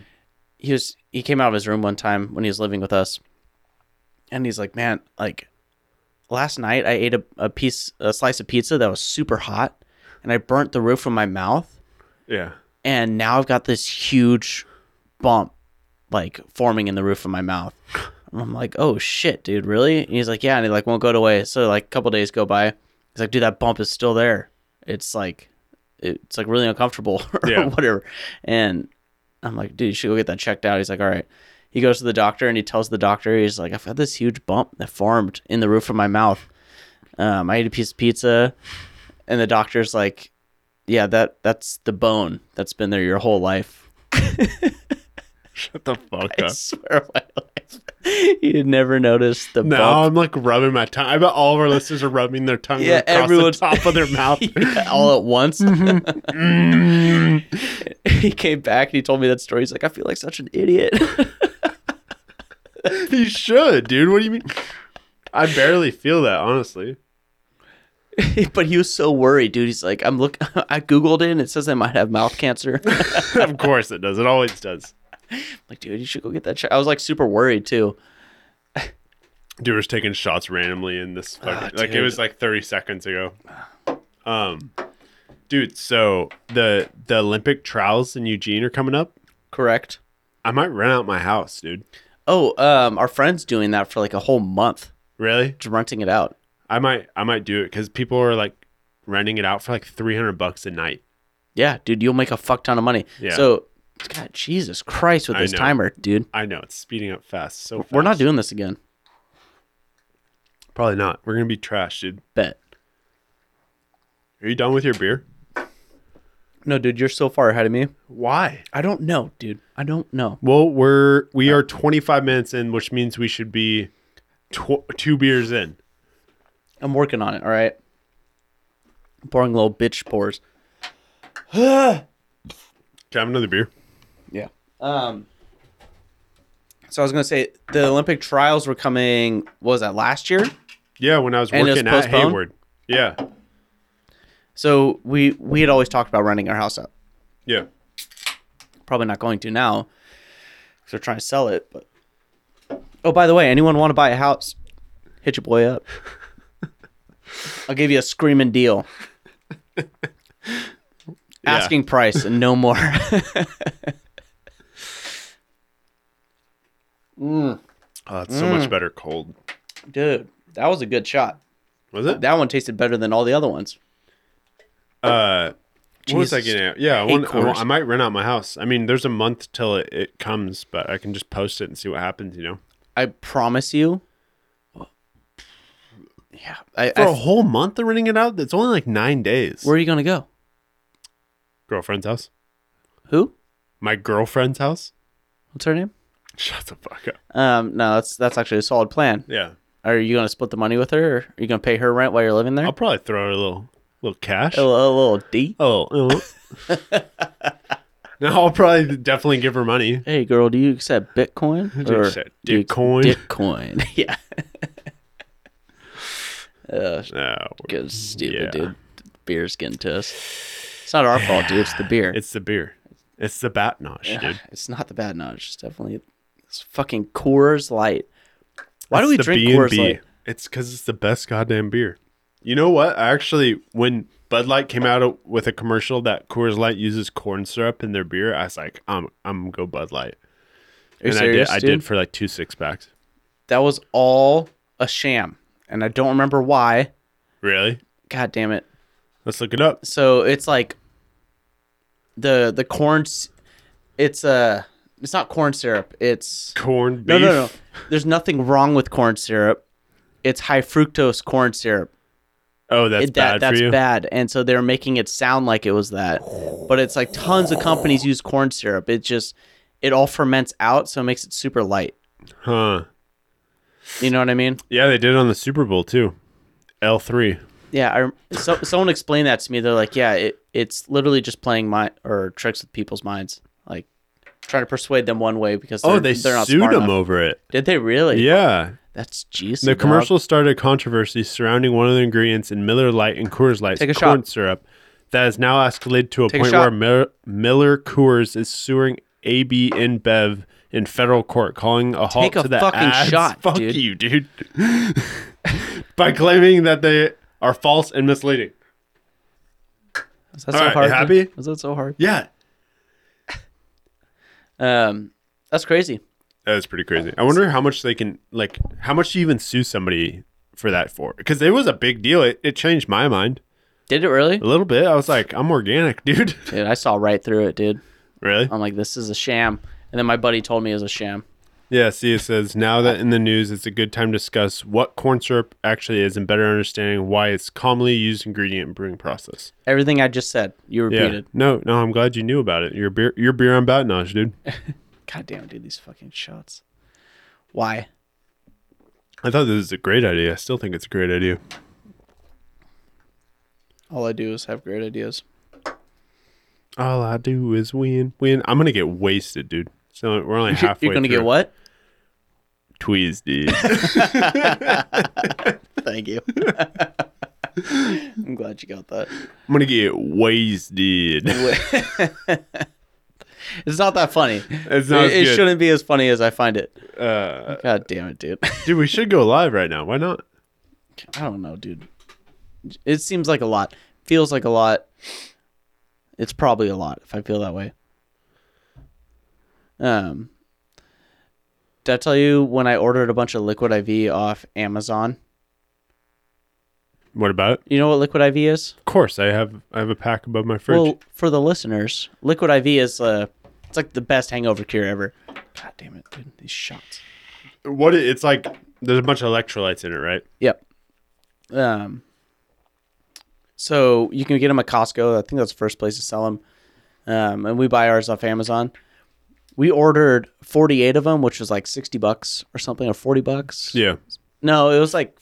C: he was he came out of his room one time when he was living with us and he's like man like last night i ate a, a piece a slice of pizza that was super hot and i burnt the roof of my mouth
B: Yeah.
C: and now i've got this huge bump like forming in the roof of my mouth and i'm like oh shit dude really and he's like yeah and he like won't go away so like a couple days go by he's like dude that bump is still there it's like it's like really uncomfortable or
B: Yeah.
C: whatever. And I'm like, dude, you should go get that checked out. He's like, all right. He goes to the doctor and he tells the doctor, he's like, I've had this huge bump that formed in the roof of my mouth. Um, I ate a piece of pizza, and the doctor's like, yeah, that that's the bone that's been there your whole life.
B: Shut the fuck
C: I
B: up.
C: swear my life, you never noticed the
B: Now
C: bump.
B: I'm like rubbing my tongue. I bet all of our listeners are rubbing their tongue
C: Yeah,
B: across
C: everyone's-
B: the top of their mouth.
C: Yeah, all at once. he came back and he told me that story. He's like, I feel like such an idiot.
B: you should, dude. What do you mean? I barely feel that, honestly.
C: but he was so worried, dude. He's like, I'm look. I googled it and it says I might have mouth cancer. I'm
B: of course it does. It always does.
C: like, dude, you should go get that checked. I was like super worried too.
B: Dude was taking shots randomly in this fucking like it
C: Ah, dude.
B: was like 30 seconds ago. Um dude, so the the Olympic trials in Eugene are coming up.
C: Correct.
B: I might rent out my house, dude.
C: Oh, um, our friend's doing that for like a whole month,
B: Really?
C: just renting it out.
B: I might I might do it because people are like renting it out for like 300 bucks a night.
C: Yeah, dude, you'll make a fuck ton of money.
B: Yeah.
C: So, God, Jesus Christ, with
B: I
C: this
B: know.
C: timer, dude,
B: I know it's speeding up fast. So
C: we're not
B: fast.
C: doing this again.
B: probably not. We're gonna be trash, dude.
C: Bet.
B: Are you done with your beer?
C: No, dude, you're so far ahead of me.
B: Why?
C: I don't know, dude. I don't know.
B: Well, we're we are 25 minutes in, which means we should be tw- two beers in.
C: I'm working on it. All right. Pouring little bitch pours.
B: Can I have another beer?
C: Yeah. Um. So I was gonna say the Olympic trials were coming. What was that last year?
B: Yeah, when I was
C: And it was
B: working at
C: postponed?
B: Hayward. Yeah,
C: So we we had always talked about renting our house out.
B: yeah.
C: Probably not going to now because they're trying to sell it. But oh, by the way, anyone want to buy a house? Hit your boy up. I'll give you a screaming deal. Asking price and no more.
B: Oh, it's so much
C: Mm.
B: better cold.
C: Dude, that was a good shot.
B: Was it?
C: That one tasted better than all the other ones.
B: Uh, What was I
C: Jesus.
B: getting at? Yeah, I, want, I, want-
C: quarters.
B: I might rent out my house. I mean, there's a month till it, it comes, but I can just post it and see what happens. You know,
C: I promise you. Yeah. I,
B: for
C: I-
B: a whole month they're renting it out. That's only like nine days.
C: where are you gonna go?
B: girlfriend's house.
C: Who?
B: My girlfriend's house.
C: What's her name?
B: Shut the fuck up.
C: Um, no, that's that's actually a solid plan.
B: Yeah,
C: Are you gonna split the money with her, or are you gonna pay her rent while you're living there?
B: I'll probably throw her a little, little cash.
C: a, little- a little D.
B: Oh, oh. no, I'll probably definitely give her money.
C: Hey, girl, do you accept Bitcoin?
B: Do you accept Dickcoin?
C: Bitcoin. yeah. Uh,
B: No,
C: good stupid
B: Yeah.
C: dude. Beer's getting to us. It's not our fault, dude. It's the beer.
B: it's the beer. It's the bat nosh, dude.
C: It's not the bad notch. It's definitely it's fucking Coors Light. Why do we
B: It's the
C: drink
B: B&B.
C: Coors Light?
B: It's because it's the best goddamn beer. You know what? I actually, when Bud Light came out with a commercial that Coors Light uses corn syrup in their beer, I was like, I'm, I'm gonna go Bud Light,
C: Are you
B: and
C: serious,
B: I did.
C: dude?
B: I did for like two six packs.
C: That was all a sham, and I don't remember why.
B: Really?
C: God damn it!
B: Let's look it up.
C: So it's like the the corn. s- It's uh, it's not corn syrup. It's
B: Corn beef.
C: no, no, no. There's nothing wrong with corn syrup. It's high fructose corn syrup.
B: Oh, that's
C: It- that,
B: bad
C: that's
B: for you.
C: bad. And so they're making it sound like it was that. But it's like tons of companies use corn syrup. It just it all ferments out, so it makes it super light.
B: Huh?
C: You know what I mean?
B: Yeah, they did it on the Super Bowl too. L three.
C: Yeah. I, so, someone explained that to me. They're like, yeah, it, it's literally just playing my or tricks with people's minds, like trying to persuade them one way because they're,
B: Oh, they
C: they're not
B: sued
C: smart
B: him
C: enough.
B: over it.
C: Did they really?
B: Yeah.
C: That's Jesus.
B: The commercial started a controversy surrounding one of the ingredients in Miller Lite and Coors Light's
C: Take a
B: corn
C: shot.
B: syrup that has now escalated to a
C: Take a
B: point
C: shot.
B: where Miller, Miller Coors is suing AB InBev in federal court, calling a halt
C: Take a
B: to the
C: fucking
B: ads.
C: shot,
B: Fuck
C: dude.
B: you, dude. By claiming that they are false and misleading.
C: Was that
B: All
C: so
B: right, you
C: hard? to-
B: happy?
C: Was that so hard?
B: Yeah.
C: Um, that's crazy.
B: That is pretty crazy. I wonder how much they can, like, how much you even sue somebody for that for? Because it was a big deal. It, it changed my mind
C: Did it really?
B: a little bit. I was like, I'm organic, dude.
C: Dude, I saw right through it, dude.
B: really?
C: I'm like, this is a sham. And then my buddy told me it was a sham.
B: Yeah, see, it says now that in the news, it's a good time to discuss what corn syrup actually is and better understanding why it's commonly used ingredient in brewing process.
C: Everything I just said, you
B: Yeah,
C: repeated.
B: no, no, I'm glad you knew about it. Your beer, your beer on batonage, dude.
C: God damn, dude, these fucking shots. Why?
B: I thought this was a great idea. I still think it's a great idea.
C: All I do is have great ideas.
B: All I do is win, win. I'm gonna get wasted, dude. So we're only halfway.
C: You're gonna
B: through.
C: get what?
B: Tweezed, dude.
C: Thank you. I'm glad you got that.
B: I'm gonna get wasted.
C: It's not that funny.
B: It's not as
C: it, it
B: good.
C: shouldn't be as funny as I find it.
B: Uh,
C: God damn it, dude.
B: dude, we should go live right now. Why not?
C: I don't know, dude. It seems like a lot. Feels like a lot. It's probably a lot if I feel that way. Um, did I tell you when I ordered a bunch of Liquid IV off Amazon?
B: What about it?
C: You know what Liquid IV is?
B: Of course, I have I have a pack above my fridge.
C: Well, for the listeners, Liquid IV is uh, it's like the best hangover cure ever. God damn it, dude! These shots.
B: what it, it's like there's a bunch of electrolytes in it right
C: Yep. Um. So you can get them at Costco. I think that's the first place to sell them. Um, and we buy ours off Amazon. We ordered 48 of them, which was like 60 bucks or something, or 40 bucks.
B: yeah
C: No, it was like,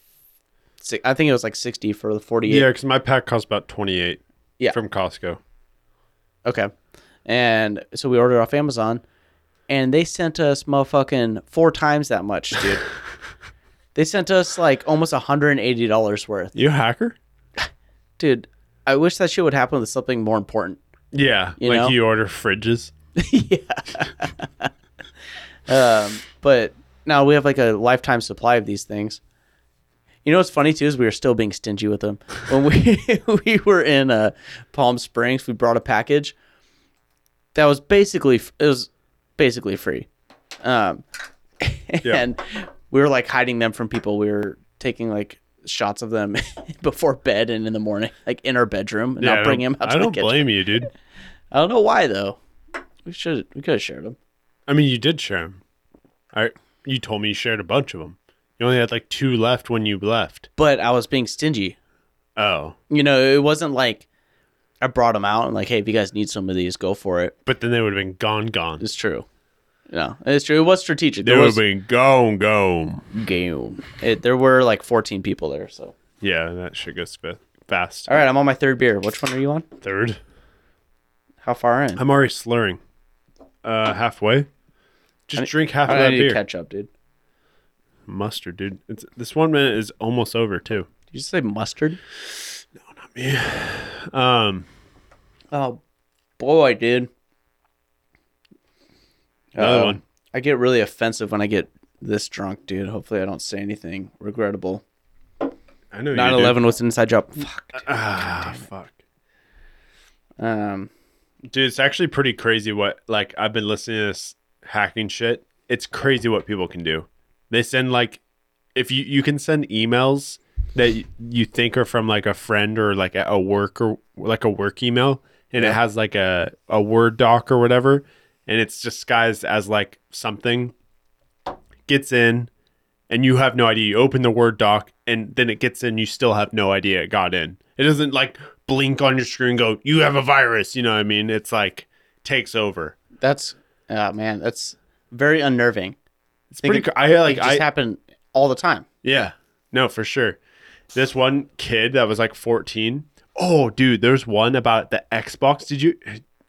C: si- I think it was like 60 for the 48.
B: yeah because my pack costs about 28
C: Yeah.
B: from costco
C: Okay. And so we ordered off Amazon, and they sent us motherfucking four times that much, dude. they sent us like almost $180 worth.
B: you a hacker
C: dude i wish that shit would happen with something more important
B: yeah
C: You
B: like
C: know?
B: you order fridges
C: um, but now we have like a lifetime supply of these things you know what's funny too is we were still being stingy with them when we we were in uh, palm springs we brought a package that was basically f- it was basically free um,
B: Yeah.
C: and we were like hiding them from people we were taking like shots of them before bed and in the morning, like in our bedroom, and
B: Yeah,
C: not
B: I
C: bring
B: don't-
C: him out
B: I
C: to the
B: don't
C: kitchen.
B: blame you, dude.
C: I don't know why though. We should we could have shared them.
B: I mean, you did share them. I you told me you shared a bunch of them. You only had like two left when you left.
C: But I was being stingy.
B: Oh,
C: You know, it wasn't like I brought them out and like, hey, if you guys need some of these, go for it.
B: but then they would have been gone, gone.
C: It's true. No, it's true. It was strategic.
B: They
C: There
B: would have
C: was
B: been gone, gone.
C: game. It, there were like 14 people there. So,
B: Yeah, that shit goes fa- fast.
C: all right, I'm on my third beer. Which one are you on?
B: Third,
C: How far in?
B: I'm already slurring. Uh, halfway. Just
C: I need-
B: drink half of
C: I
B: that
C: need to
B: beer.
C: catch up, dude.
B: Mustard, dude. It's this one minute is almost over too.
C: Did you say mustard?
B: Um,
C: Oh boy, dude.
B: Another
C: Uh,
B: one.
C: I get really offensive when I get this drunk, dude. Hopefully, I don't say anything regrettable.
B: I know. you do.
C: 9/11 was an inside job. Fuck.
B: Ah, fuck.
C: Um,
B: Dude, it's actually pretty crazy what like I've been listening to this hacking shit. It's crazy what people can do. They send like if you you can send emails that y- you think are from like a friend or like a a work or like a work email and it has like a a Word doc or whatever and it's disguised as like something gets in and you have no idea. You open the Word doc and then it gets in. You still have no idea it got in. It doesn't like blink on your screen and go, you have a virus. You know what I mean? It's like takes over.
C: that's uh, man, that's very unnerving.
B: It's pretty. cr- I
C: Like
B: like.
C: it just
B: I
C: happened all the time.
B: yeah. No, for sure. This one kid that was like 14. Oh, dude, there's one about the Xbox. Did you?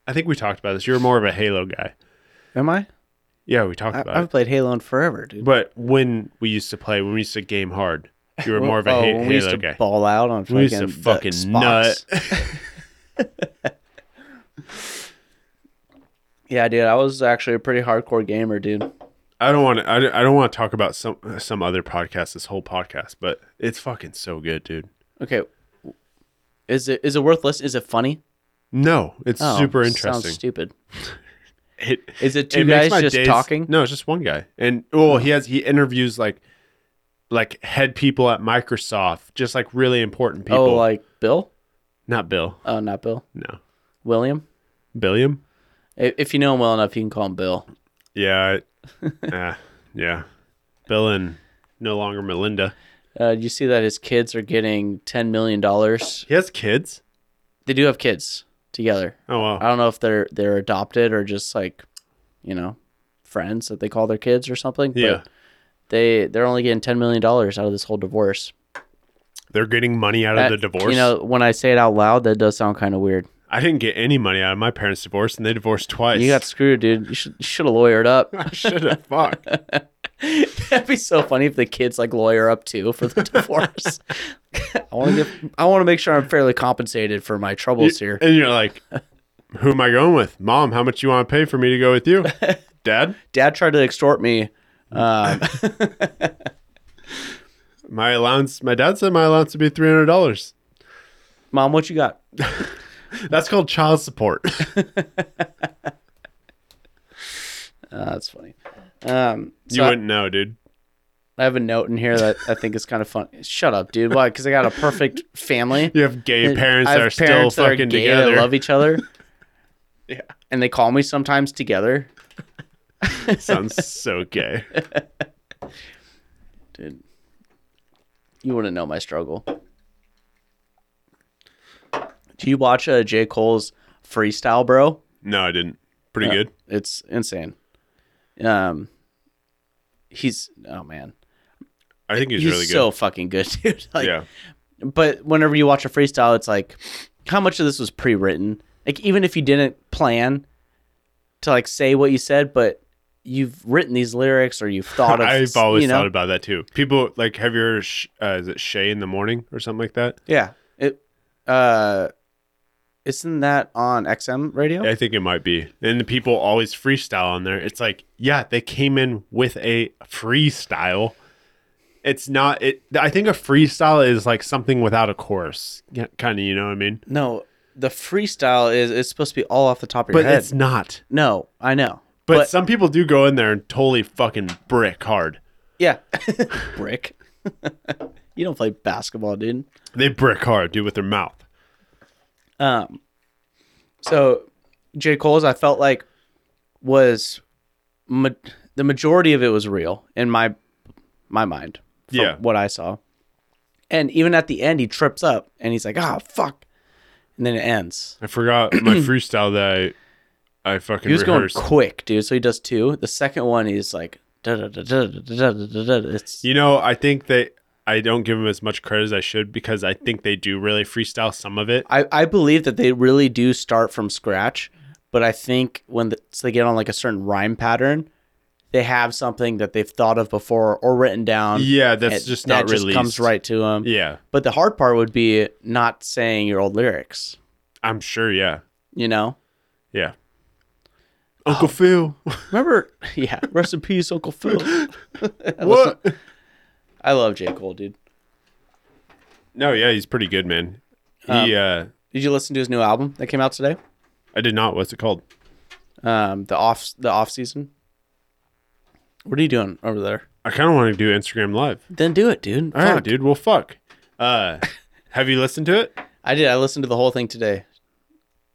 B: I think we talked about this. You're more of a Halo guy.
C: Am I?
B: Yeah, we talked
C: I
B: about
C: I've
B: it.
C: played Halo in forever, dude.
B: But when we used to play, when we used to game hard, you were more of a
C: Oh,
B: Ha-
C: when
B: Halo
C: we used to
B: guy.
C: ball out on fucking,
B: We used to
C: the
B: fucking
C: Xbox.
B: nut.
C: Yeah, dude, I was actually a pretty hardcore gamer, dude.
B: I don't want to. I, don't- I don't want to talk about some some other podcast. This whole podcast, but it's fucking so good, dude.
C: Okay, is it is it worth listening? Is it funny?
B: No, it's
C: Oh,
B: super interesting.
C: Sounds stupid.
B: It-
C: Is it two
B: it makes
C: guys
B: my
C: just
B: days-
C: talking? Oh.
B: No, it's just one guy, and well, he has he interviews like like head people at Microsoft, just like really important people.
C: Oh, like Bill?
B: not Bill.
C: Oh, not Bill.
B: No,
C: William.
B: Billiam.
C: I- If you know him well enough, you can call him Bill.
B: Yeah, I- ah, yeah. Bill and no longer Melinda.
C: Uh, you see that his kids are getting ten million dollars.
B: He has kids.
C: They do have kids together.
B: Oh wow.
C: I don't know if they're they're adopted or just like, you know, friends that they call their kids or something.
B: yeah,
C: But they they're only getting ten million dollars out of this whole divorce.
B: they're getting money out
C: That-
B: of the divorce.
C: You know, when I say it out loud, that does sound kind of weird.
B: I didn't get any money out of my parents' divorce, and they divorced twice.
C: You got screwed, dude. You should you should have lawyered up.
B: I should have. Fuck.
C: That'd be so funny if the kids like lawyer up too for the divorce. I want to get. I want to make sure I'm fairly compensated for my troubles here.
B: And you're like, who am I going with? Mom, how much you want to pay for me to go with you? Dad,
C: Dad tried to extort me. Um,
B: my allowance. My dad said my allowance would be three hundred dollars.
C: Mom, what you got?
B: That's called child support.
C: Uh, that's funny. Um,
B: you
C: so I,
B: wouldn't know, dude.
C: I have a note in here that I think is kind of funny. Shut up, dude. Why? Because I got a perfect family.
B: You have gay
C: And
B: parents
C: I
B: that
C: have
B: are
C: parents
B: still
C: that
B: fucking
C: gay
B: together.
C: That love each other.
B: Yeah.
C: And they call me sometimes together.
B: Sounds so gay.
C: Dude, you wouldn't know my struggle. Do you watch uh, J. Cole's freestyle, bro?
B: No, I didn't. Pretty
C: Uh,
B: good.
C: It's insane. Um, he's oh man,
B: I think he's,
C: he's
B: really good.
C: so fucking good, dude. Like,
B: yeah,
C: but whenever you watch a freestyle, it's like, how much of this was pre-written? Like, even if you didn't plan to like say what you said, but you've written these lyrics or you've thought of.
B: I've always
C: you know?
B: thought about that too. People like, have you heard? of Sh- Uh, is it Shay in the morning or something like that?
C: Yeah. It uh isn't that on XM radio?
B: I think it might be. And the people always freestyle on there. It's like, yeah, they came in with a freestyle. It's not it I think a freestyle is like something without a chorus. Kind of, you know what I mean?
C: no, the freestyle is it's supposed to be all off the top of
B: But
C: your head.
B: it's not.
C: No, I know.
B: But, some people do go in there and totally fucking brick hard.
C: yeah. Brick. You don't play basketball, dude.
B: They brick hard, dude, with their mouth.
C: Um, so J. Cole's, I felt like was ma- the majority of it was real in my my mind. From
B: Yeah.
C: what I saw, and even at the end, he trips up and he's like, "Ah, fuck," and then it ends.
B: I forgot my freestyle that I I fucking
C: He was
B: rehearsed.
C: going quick, dude. So he does two. The second one, he's like, da da da da da da da da. It's
B: You know, I think that I don't give them as much credit as I should because I think they do really freestyle some of it.
C: I, I believe that they really do start from scratch, but I think when the, so they get on like a certain rhyme pattern, they have something that they've thought of before or written down.
B: Yeah, that's
C: It-
B: just
C: Um, that
B: not released.
C: comes right to them.
B: Yeah,
C: But the hard part would be not saying your old lyrics,
B: I'm sure. Yeah,
C: you know?
B: yeah.
C: Oh.
B: Uncle Phil,
C: Remember, yeah, rest in peace, Uncle Phil.
B: what?
C: I love J. Cole, dude.
B: no, yeah, he's pretty good, man.
C: Um,
B: he, uh,
C: Did you listen to his new album that came out today?
B: I did not. What's it called?
C: Um, the off the off season. What are you doing over there?
B: I kind of want to do Instagram Live.
C: Then do it, dude.
B: All right,
C: Fuck.
B: dude. Well, fuck. Uh, have you listened to it?
C: I did. I listened to the whole thing today,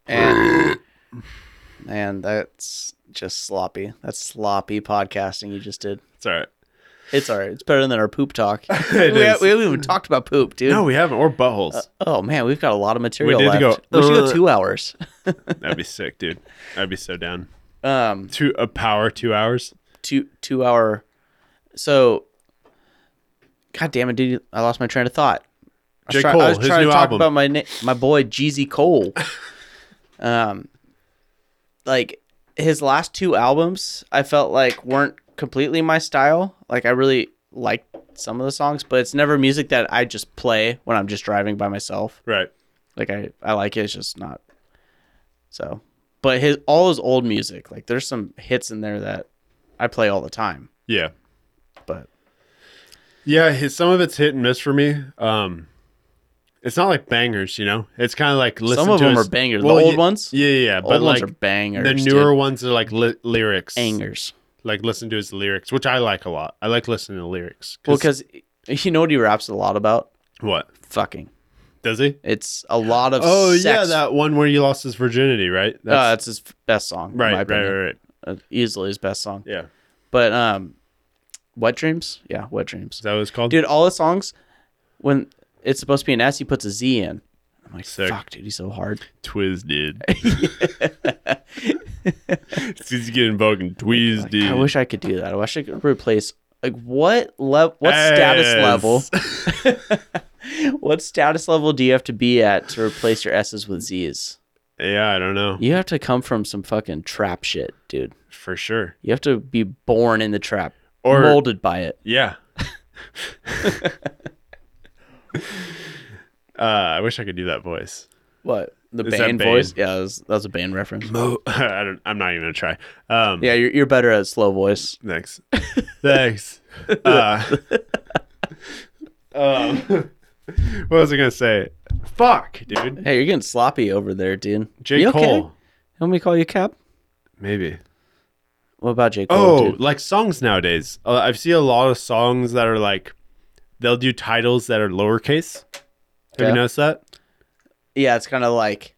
C: and and that's just sloppy. That's sloppy podcasting you just did.
B: It's all right.
C: It's all right. It's better than our poop talk. we,
B: is.
C: we haven't even talked about poop, dude.
B: No, we haven't. Or buttholes.
C: Oh man, we've got a lot of material
B: did
C: left.
B: go, uh,
C: we should go
B: "Ugh."
C: two hours.
B: That'd be sick, dude. I'd be so down.
C: Um,
B: Two a power two hours.
C: two two hour. So, god damn it, dude! I lost my train of thought. I
B: J.
C: try-
B: Cole,
C: I was
B: his
C: trying
B: new
C: to talk
B: album.
C: about my na- my boy Jeezy Cole. um, like his last two albums, I felt like weren't completely my style. Like I really liked some of the songs, but it's never music that I just play when I'm just driving by myself.
B: Right.
C: Like I I like it, it's just not. So, but his all his old music, like there's some hits in there that I play all the time.
B: Yeah.
C: But
B: Yeah. His, some of it's hit and miss for me. Um, it's not like bangers, you know. It's kind of like listen
C: some of
B: to
C: them
B: us-
C: are bangers.
B: Well,
C: the old
B: yeah-
C: ones,
B: Yeah, yeah. yeah,
C: old
B: But
C: ones
B: like
C: are bangers.
B: the newer ones are like li- lyrics.
C: bangers.
B: Like listen to his lyrics, which I like a lot. I like listening to lyrics.
C: Well, because you know what he raps a lot about?
B: what
C: Fucking.
B: does he?
C: It's a lot of
B: Oh yeah,
C: sex.
B: that one where he lost his virginity, right?
C: That's, uh, it's his best song. in
B: right,
C: my
B: right, right,
C: opinion.
B: right.
C: Uh, easily his best song.
B: Yeah, is
C: But um, Wet Dreams? Yeah, Wet Dreams.
B: that what it's called?
C: Dude, all his songs, when it's supposed to be an S, he puts a Z in. I'm like,
B: Sick.
C: fuck, dude, he's so hard.
B: twisted. He's getting fucking
C: Like,
B: twisted.
C: I wish I could do that. I wish I could replace like what level, what status
B: Ass.
C: level, what status level do you have to be at to replace your S's with Z's?
B: Yeah, I don't know
C: You have to come from some fucking trap shit, dude.
B: for sure.
C: You have to be born in the trap,
B: Or
C: molded by it.
B: yeah. uh, I wish I could do that voice.
C: What the
B: Is that
C: Bane
B: Bane?
C: voice? Yeah, that was, that was a Bane reference.
B: Mo, I don't, I'm not even gonna try. Um,
C: Yeah, you're, you're better at slow voice.
B: Thanks. Thanks. Uh, um, what was I gonna say? Fuck, dude.
C: Hey, you're getting sloppy over there, dude.
B: J
C: You okay?
B: Cole,
C: Let me call you Cap.
B: maybe.
C: What about J Cole?
B: Oh,
C: dude?
B: like songs nowadays. Uh, I've seen a lot of songs that are like they'll do titles that are lowercase. Have
C: Yeah.
B: you noticed that?
C: yeah, it's kind of like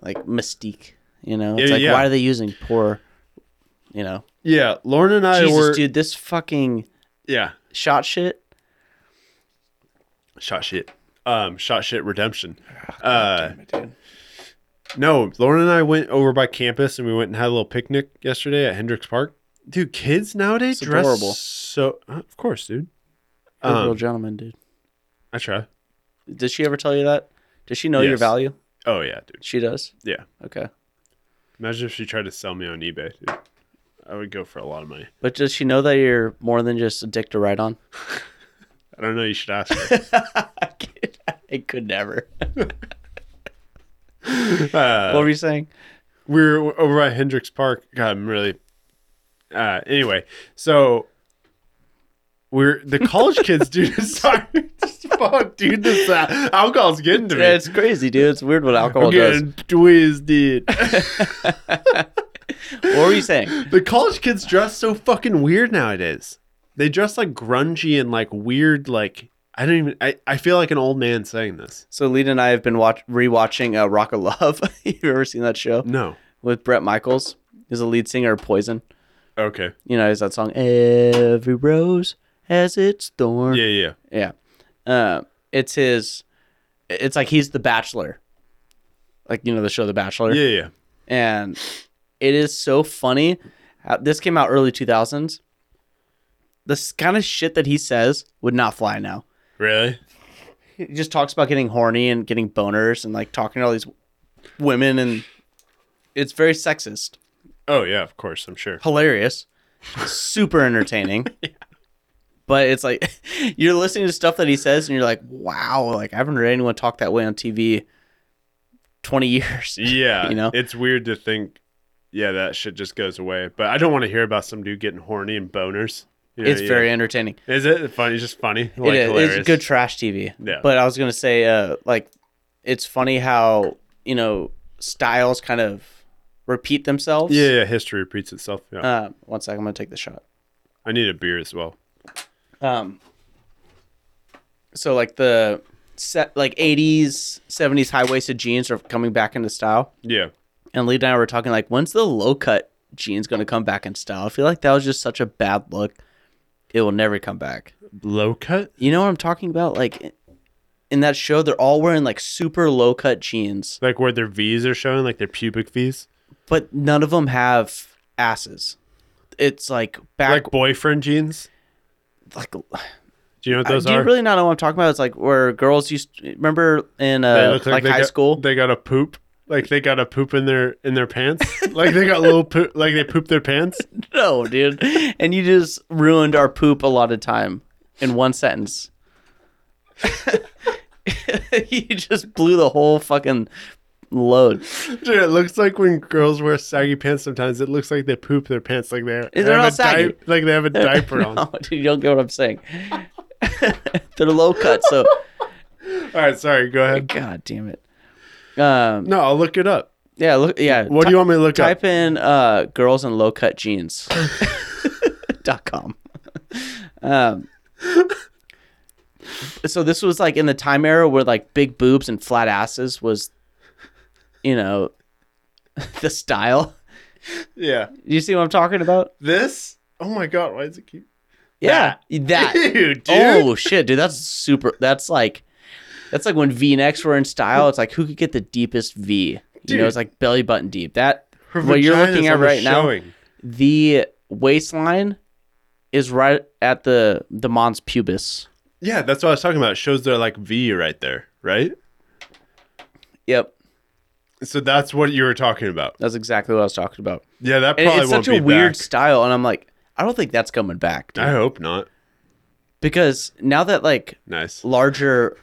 C: like mystique, you know? It's
B: Yeah,
C: like
B: yeah.
C: why are they using poor, you know?
B: Yeah, Lauren and I
C: Jesus,
B: were.
C: dude, this fucking
B: Yeah,
C: shot shit.
B: shot shit. Um, shot shit redemption.
C: Ah,
B: uh, No, Lauren and I went over by campus and we went and had a little picnic yesterday at Hendricks Park. Dude, kids nowadays
C: It's
B: dress
C: adorable.
B: so. uh, of course, dude.
C: You're a real
B: Um,
C: gentleman, dude.
B: I try.
C: Did she ever tell you that? Does she know your
B: Yes.
C: value?
B: Oh yeah, dude.
C: She does.
B: Yeah.
C: Okay.
B: Imagine if she tried to sell me on eBay. Dude. I would go for a lot of money.
C: But does she know that you're more than just a dick to ride on?
B: I don't know. You should ask. her.
C: it could never.
B: Uh,
C: what were you saying?
B: we were over by Hendricks Park. God, I'm really. Uh, anyway, so we're the college kids, dude. Sorry, just fuck, dude. This uh, alcohol's getting to me.
C: Yeah, it's crazy, dude. It's weird what alcohol
B: I'm
C: does.
B: getting twisted.
C: What were you saying?
B: the college kids dress so fucking weird nowadays. They dress like grungy and like weird, like I don't even. I, I feel like an old man saying this.
C: So Lita and I have been watch rewatching uh, Rock of Love. You've ever seen that show
B: No.
C: with Brett Michaels? He's the lead singer of Poison.
B: Okay.
C: You know, is that song "Every Rose Has Its Thorn"?
B: Yeah. Yeah.
C: Yeah. Uh, it's his. It's like he's the Bachelor, like you know the show The Bachelor,
B: Yeah. Yeah.
C: and it is so funny. Uh, This came out early two thousands. This kind of shit that he says would not fly now.
B: Really?
C: He just talks about getting horny and getting boners and like talking to all these women, and it's very sexist.
B: Oh yeah. Of course. I'm sure.
C: hilarious, super entertaining. But it's like you're listening to stuff that he says, and you're like, "Wow! Like I haven't heard anyone talk that way on TV." Twenty years,
B: Yeah.
C: You know?
B: It's weird to think. Yeah, that shit just goes away. But I don't want to hear about some dude getting horny and boners. You know,
C: it's
B: yeah.
C: very entertaining.
B: Is it funny? It's just funny.
C: It is- It's good trash TV.
B: Yeah.
C: But I was gonna say, uh, like, it's funny how you know styles kind of repeat themselves.
B: Yeah, yeah. History repeats itself. Yeah.
C: Uh, one second, I'm gonna take the shot.
B: I need a beer as well.
C: Um, so like the set like 80s 70s high-waisted jeans are coming back into style
B: Yeah.
C: and lee and i were talking like when's the low-cut jeans going to come back in style i feel like that was just such a bad look it will never come back
B: Low cut.
C: you know what i'm talking about like in that show they're all wearing like super low-cut jeans
B: Like where their V's are showing, like their pubic V's.
C: but none of them have asses it's like back
B: Like boyfriend jeans.
C: like,
B: Do you know what
C: I-
B: those
C: Uh, do
B: are?
C: you really not know what i'm talking about it's like where girls used remember in uh, like,
B: they
C: high
B: got,
C: school
B: They got a poop. Like they got a poop in their in their pants. like they got little poop. Like they poop their pants.
C: No, dude. And you just ruined our poop a lot of time in one sentence. you just blew the whole fucking load.
B: Dude, it looks like when girls wear saggy pants. Sometimes it looks like they poop their pants. Like they're they
C: They're
B: have
C: all
B: a di-
C: saggy.
B: like they have a diaper on.
C: No, dude, you don't get what I'm saying. They're low cut, so
B: All right, sorry. Go ahead.
C: god damn it. Um,
B: No, I'll look it up.
C: yeah, look, yeah.
B: What do you want me to look
C: Type in uh, "girls in low cut jeans" dot com. Um, so this was like in the time era where like big boobs and flat asses was, you know, the style.
B: up? Yeah.
C: You see what I'm talking about?
B: This. Oh my god, why is it cute?
C: Yeah, that.
B: Ew, dude.
C: Oh shit, dude, that's super. That's like, that's like when V necks were in style. It's like who could get the deepest V? You
B: Dude.
C: know, it's like belly button deep. That
B: Her
C: what you're
B: vagina's
C: looking at
B: almost
C: right now-
B: showing.
C: the waistline is right at the the mons pubis.
B: Yeah, that's what I was talking about. It shows their like V right there, right?
C: Yep,
B: So that's what you were talking about.
C: that's exactly what I was talking about.
B: Yeah, that
C: And
B: probably
C: it's
B: won't
C: such a
B: be
C: weird
B: back.
C: style, and I'm like, I don't think that's coming back, dude.
B: I hope not.
C: because now that like
B: Nice.
C: larger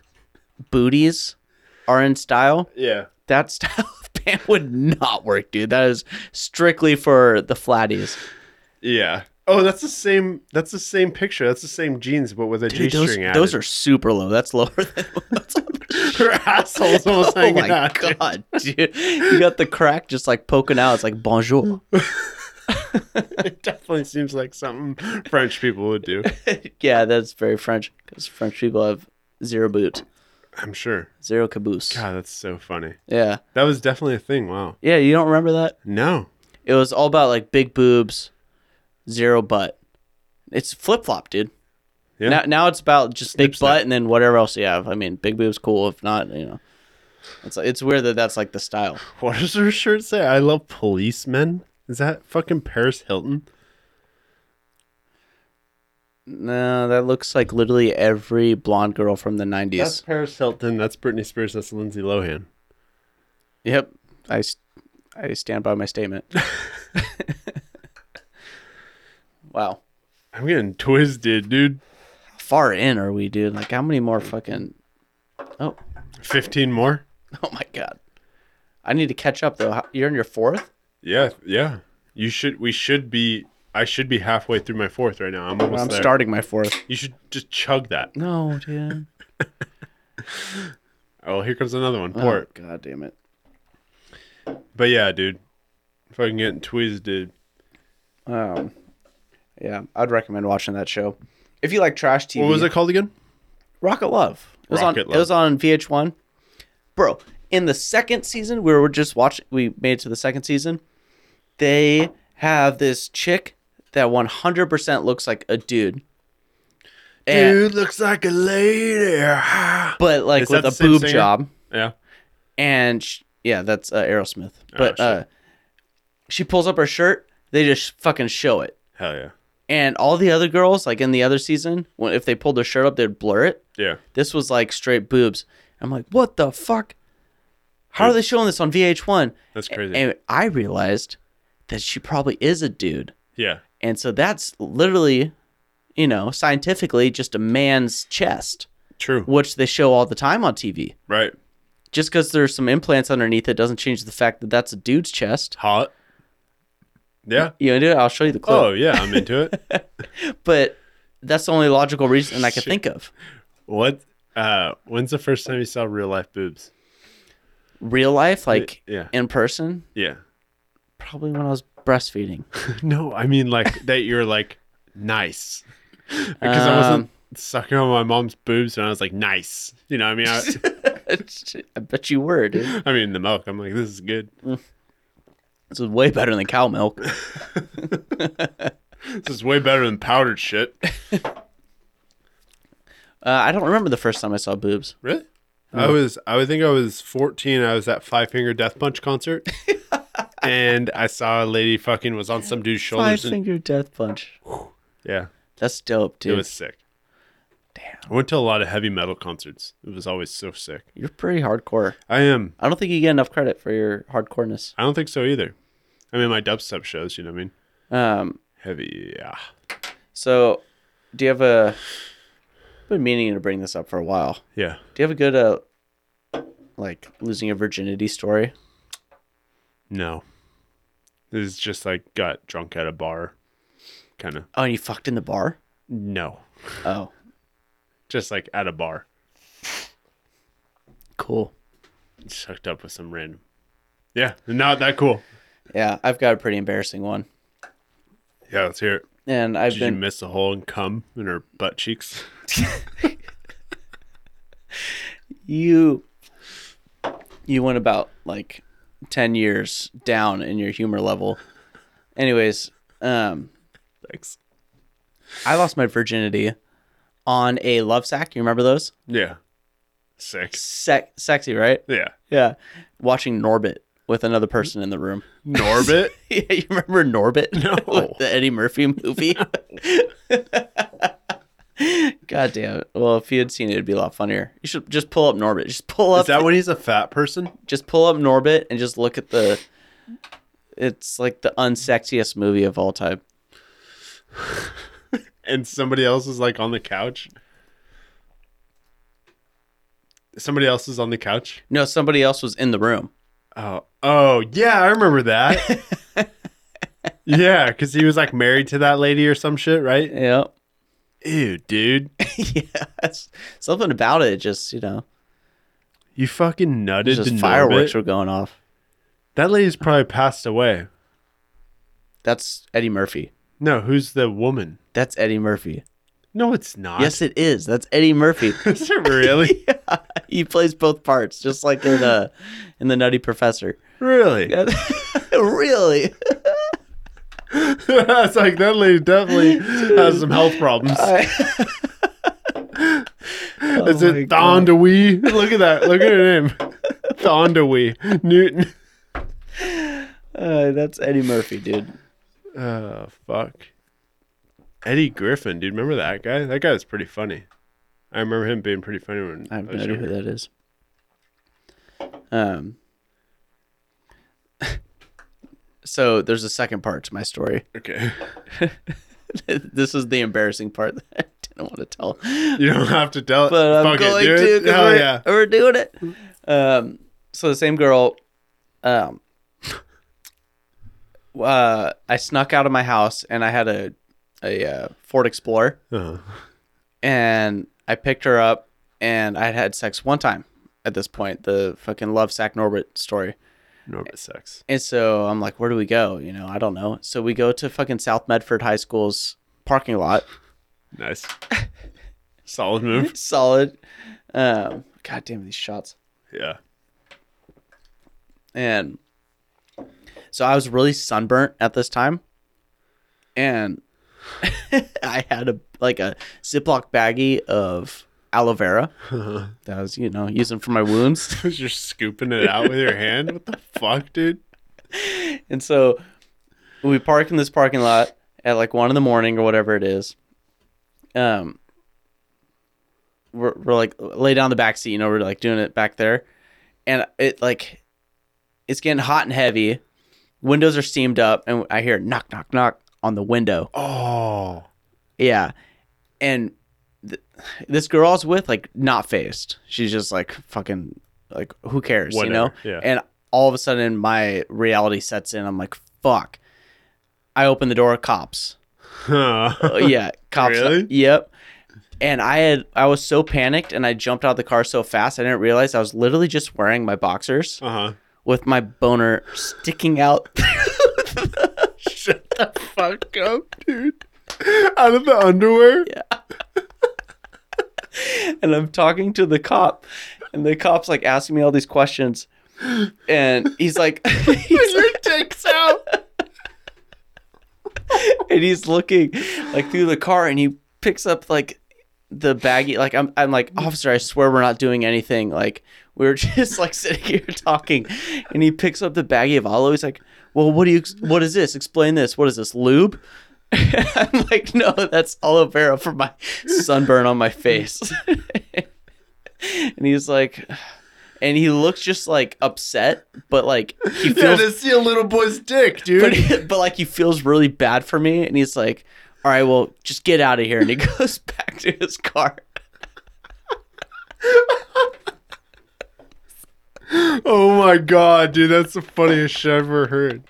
C: booties are in style,
B: Yeah.
C: that style of pant would not work, dude. That is strictly for the flatties.
B: Yeah. Oh, that's the same. That's the same picture. That's the same jeans, but with a
C: Dude, those,
B: string.
C: those are super low. That's lower than what's on the
B: her assholes almost
C: Oh
B: hanging
C: my
B: out. dude.
C: god, dude! You got the crack just like poking out. It's like bonjour.
B: It definitely seems like something French people would do.
C: yeah, that's very French because French people have zero boot,
B: I'm sure.
C: zero caboose.
B: God, that's so funny.
C: Yeah,
B: That was definitely a thing. Wow.
C: yeah. You don't remember that?
B: No.
C: It was all about like big boobs, zero butt. It's flip flop, dude.
B: Yeah.
C: Now, now it's about just big
B: Snip, snap.
C: butt and then whatever else you have. I mean, big boobs cool. If not, you know, it's like, it's weird that that's like the style.
B: What does her shirt say? I love policemen. Is that fucking Paris Hilton?
C: No, that looks like literally every blonde girl from the '90s.
B: That's Paris Hilton. That's Britney Spears. That's Lindsay Lohan.
C: Yep. I, s- I stand by my statement. wow.
B: I'm getting twisted, dude.
C: How far in are we, dude? Like, how many more fucking. Oh,
B: 15 more?
C: oh my God. I need to catch up, though. How- You're in your fourth?
B: Yeah, yeah. You should. We should be. I should be halfway through my fourth right now. I'm almost
C: I'm
B: there.
C: starting my fourth.
B: You should just chug that.
C: No, dude.
B: Oh, here comes another one.
C: Oh,
B: Port.
C: God damn it.
B: But yeah, dude. Fucking getting twisted.
C: Um, yeah, I'd recommend watching that show. If you like trash TV,
B: What was it called again?
C: Rocket Love. It was
B: Rocket
C: on. It was on VH1. Bro, in the second season, we were just watching. We made it to the second season. They have this chick that 100% looks like a dude. And,
B: looks like a lady.
C: but like
B: Is that
C: with a
B: the same
C: boob
B: singer?
C: job.
B: Yeah.
C: and sh yeah, that's uh, Aerosmith. But
B: Oh, shit.
C: uh, she pulls up her shirt. They just fucking show it.
B: Hell yeah.
C: And all the other girls, like in the other season, when if they pulled their shirt up, they'd blur it.
B: Yeah.
C: This was like straight boobs. I'm like, what the fuck? How are they showing this on VH1?
B: That's crazy.
C: And I realized that she probably is a dude.
B: yeah.
C: And so that's literally, you know, scientifically just a man's chest,
B: True.
C: which they show all the time on TV
B: Right.
C: just because there's some implants underneath it doesn't change the fact that that's a dude's chest.
B: Hot. Yeah.
C: You know, dude, I'll show you the clip.
B: Oh yeah, I'm into it. Oh.
C: But that's the only logical reason I can think of.
B: What? Uh, when's the first time you saw real life boobs?
C: Real life, like
B: yeah.
C: in person,
B: Yeah.
C: probably when I was breastfeeding.
B: No, I mean like that. You're like nice because I wasn't sucking on my mom's boobs, and I was like nice. You know, what I mean, I,
C: I bet you were, dude.
B: I mean the milk. I'm like, this is good.
C: This is way better than cow milk. Uh,
B: This is way better than powdered shit.
C: Uh, I don't remember the first time I saw boobs.
B: Really? I was I would think I was 14. I was at Five Finger Death Punch concert. and I saw a lady fucking was on some dude's
C: Five
B: shoulders and
C: finger death punch.
B: yeah,
C: That's dope,
B: it
C: dude.
B: was sick. Damn. I went to a lot of heavy metal concerts. It was always so sick.
C: You're pretty hardcore.
B: I am.
C: I don't think you get enough credit for your hardcoreness.
B: I don't think so either. I mean my dubstep shows, you know what I mean?
C: Um,
B: Heavy yeah.
C: so, do you have a? I've been meaning to bring this up for a while.
B: Yeah.
C: Do you have a good uh like losing your virginity story?
B: No. This is just like got drunk at a bar. Kinda.
C: Oh, and you fucked in the bar?
B: No.
C: Oh,
B: Just like at a bar.
C: cool.
B: Just hooked up with some random. Yeah, not that cool.
C: Yeah, I've got a pretty embarrassing one.
B: Yeah, let's hear it.
C: And I've
B: Did you
C: been
B: miss a hole and cum in her butt cheeks?
C: you you went about like 10 years down in your humor level. Anyways, um
B: Thanks.
C: I lost my virginity on a love sack. You remember those?
B: Yeah. Sick.
C: Sec- sexy, right?
B: Yeah.
C: Yeah. Watching Norbit with another person in the room.
B: Norbit?
C: Yeah, you remember Norbit?
B: No.
C: the Eddie Murphy movie. God damn it. Well, if you had seen it, it'd be a lot funnier. You should just pull up Norbit. Just pull up
B: Is that when he's a fat person?
C: just pull up Norbit and just look at the it's like the unsexiest movie of all time.
B: And somebody else is like on the couch? Somebody else is on the couch?
C: No, somebody else was in the room.
B: Oh. Oh, yeah, I remember that. yeah, because he was like married to that lady or some shit, right?
C: Yeah.
B: Ew, dude.
C: yes. Something about it just, you know,
B: You fucking nutted
C: just
B: to
C: fireworks
B: fireworks.
C: were going off.
B: That lady's probably passed away.
C: That's Eddie Murphy.
B: No, who's the woman?
C: That's Eddie Murphy.
B: No, it's not.
C: Yes, it is. That's Eddie Murphy.
B: Is it really?
C: he plays both parts, just like in uh in the Nutty Professor.
B: Really?
C: really?
B: It's like that lady definitely has some health problems. Is
C: Oh my
B: it Thondawee? Look at that. Look at her name. Thondawee. Newton.
C: Uh, that's Eddie Murphy, dude.
B: Oh, fuck. Eddie Griffin, dude. Remember that guy? That guy was pretty funny. I remember him being pretty funny when
C: I have no
B: was
C: idea who
B: younger.
C: that is. Um. So there's a second part to my story.
B: Okay.
C: this is the embarrassing part that I didn't want to tell,
B: You don't have to tell it.
C: but I'm
B: Fuck
C: going
B: it,
C: to.
B: dude.
C: 'cause
B: Hell
C: we're,
B: yeah.
C: we're doing it. Um. So the same girl. Um. Uh, I snuck out of my house and I had a a uh, Ford Explorer.
B: Uh-huh.
C: and I picked her up, and I had had sex one time at this point, the fucking love sack Norbert story.
B: Norbit sucks.
C: And so I'm like, where do we go? You know, I don't know. So we go to fucking South Medford High School's parking lot.
B: Nice. Solid move.
C: Solid. Um, God damn these shots.
B: Yeah.
C: And so I was really sunburnt at this time. And I had a like a Ziploc baggie of aloe vera that I was, you know, using for my wounds.
B: Was just scooping it out with your hand. What the fuck, dude?
C: And so we park in this parking lot at like one in the morning or whatever it is. Um, we're, we're like lay down the back seat, you know, we're like doing it back there, and it like it's getting hot and heavy. Windows are steamed up, and I hear knock, knock, knock on the window.
B: Oh.
C: Yeah, and th- this girl I was with like not faced. She's just like fucking like who cares,
B: Whatever,
C: you know?
B: yeah.
C: And all of a sudden, my reality sets in. I'm like, fuck. I open the door, cops.
B: Uh-huh.
C: Uh, yeah, cops.
B: Really?
C: Yep. And I had I was so panicked, and I jumped out of the car so fast I didn't realize I was literally just wearing my boxers
B: Uh-huh.
C: with my boner sticking out.
B: Shut the fuck up, dude. Out of the underwear?
C: and I'm talking to the cop, and the cop's like asking me all these questions, and he's like, he's
B: Your dick's out.
C: and he's looking like through the car and he picks up like the baggie like I'm I'm like officer I swear we're not doing anything like we were just like sitting here talking and he picks up the baggie of aloe he's like well what do you what is this explain this what is this lube I'm like no that's aloe vera for my sunburn on my face and he's like and he looks just like upset but like he
B: Yeah,
C: feels
B: to see a little boy's dick,
C: but,
B: dude.
C: he- but like he feels really bad for me and he's like all right well just get out of here and he goes back to his car
B: Oh my god, dude, that's the funniest shit I've ever heard.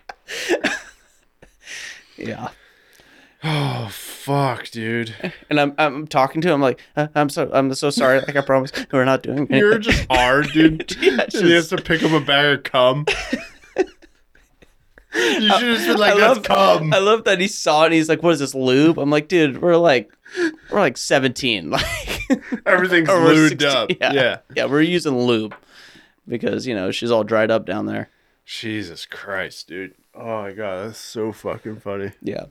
C: yeah
B: Oh fuck, dude.
C: and i'm, I'm talking to him like "Uh, i'm so i'm so sorry like i promise we're not doing it
B: You're just hard, dude.
C: Yeah,
B: And He has
C: just-
B: to pick up a bag of cum. you should have been
C: Uh, I
B: like, that's
C: love,
B: cum.
C: I love that he saw it and he's like, What is this lube? I'm like, dude, we're like we're like seventeen. Like
B: Everything's
C: or we're
B: Oh, lubed
C: 16.
B: up.
C: Yeah.
B: yeah.
C: yeah, we're using lube because, you know, she's all dried up down there.
B: Jesus Christ, dude. Oh my god, that's so fucking funny.
C: Yeah.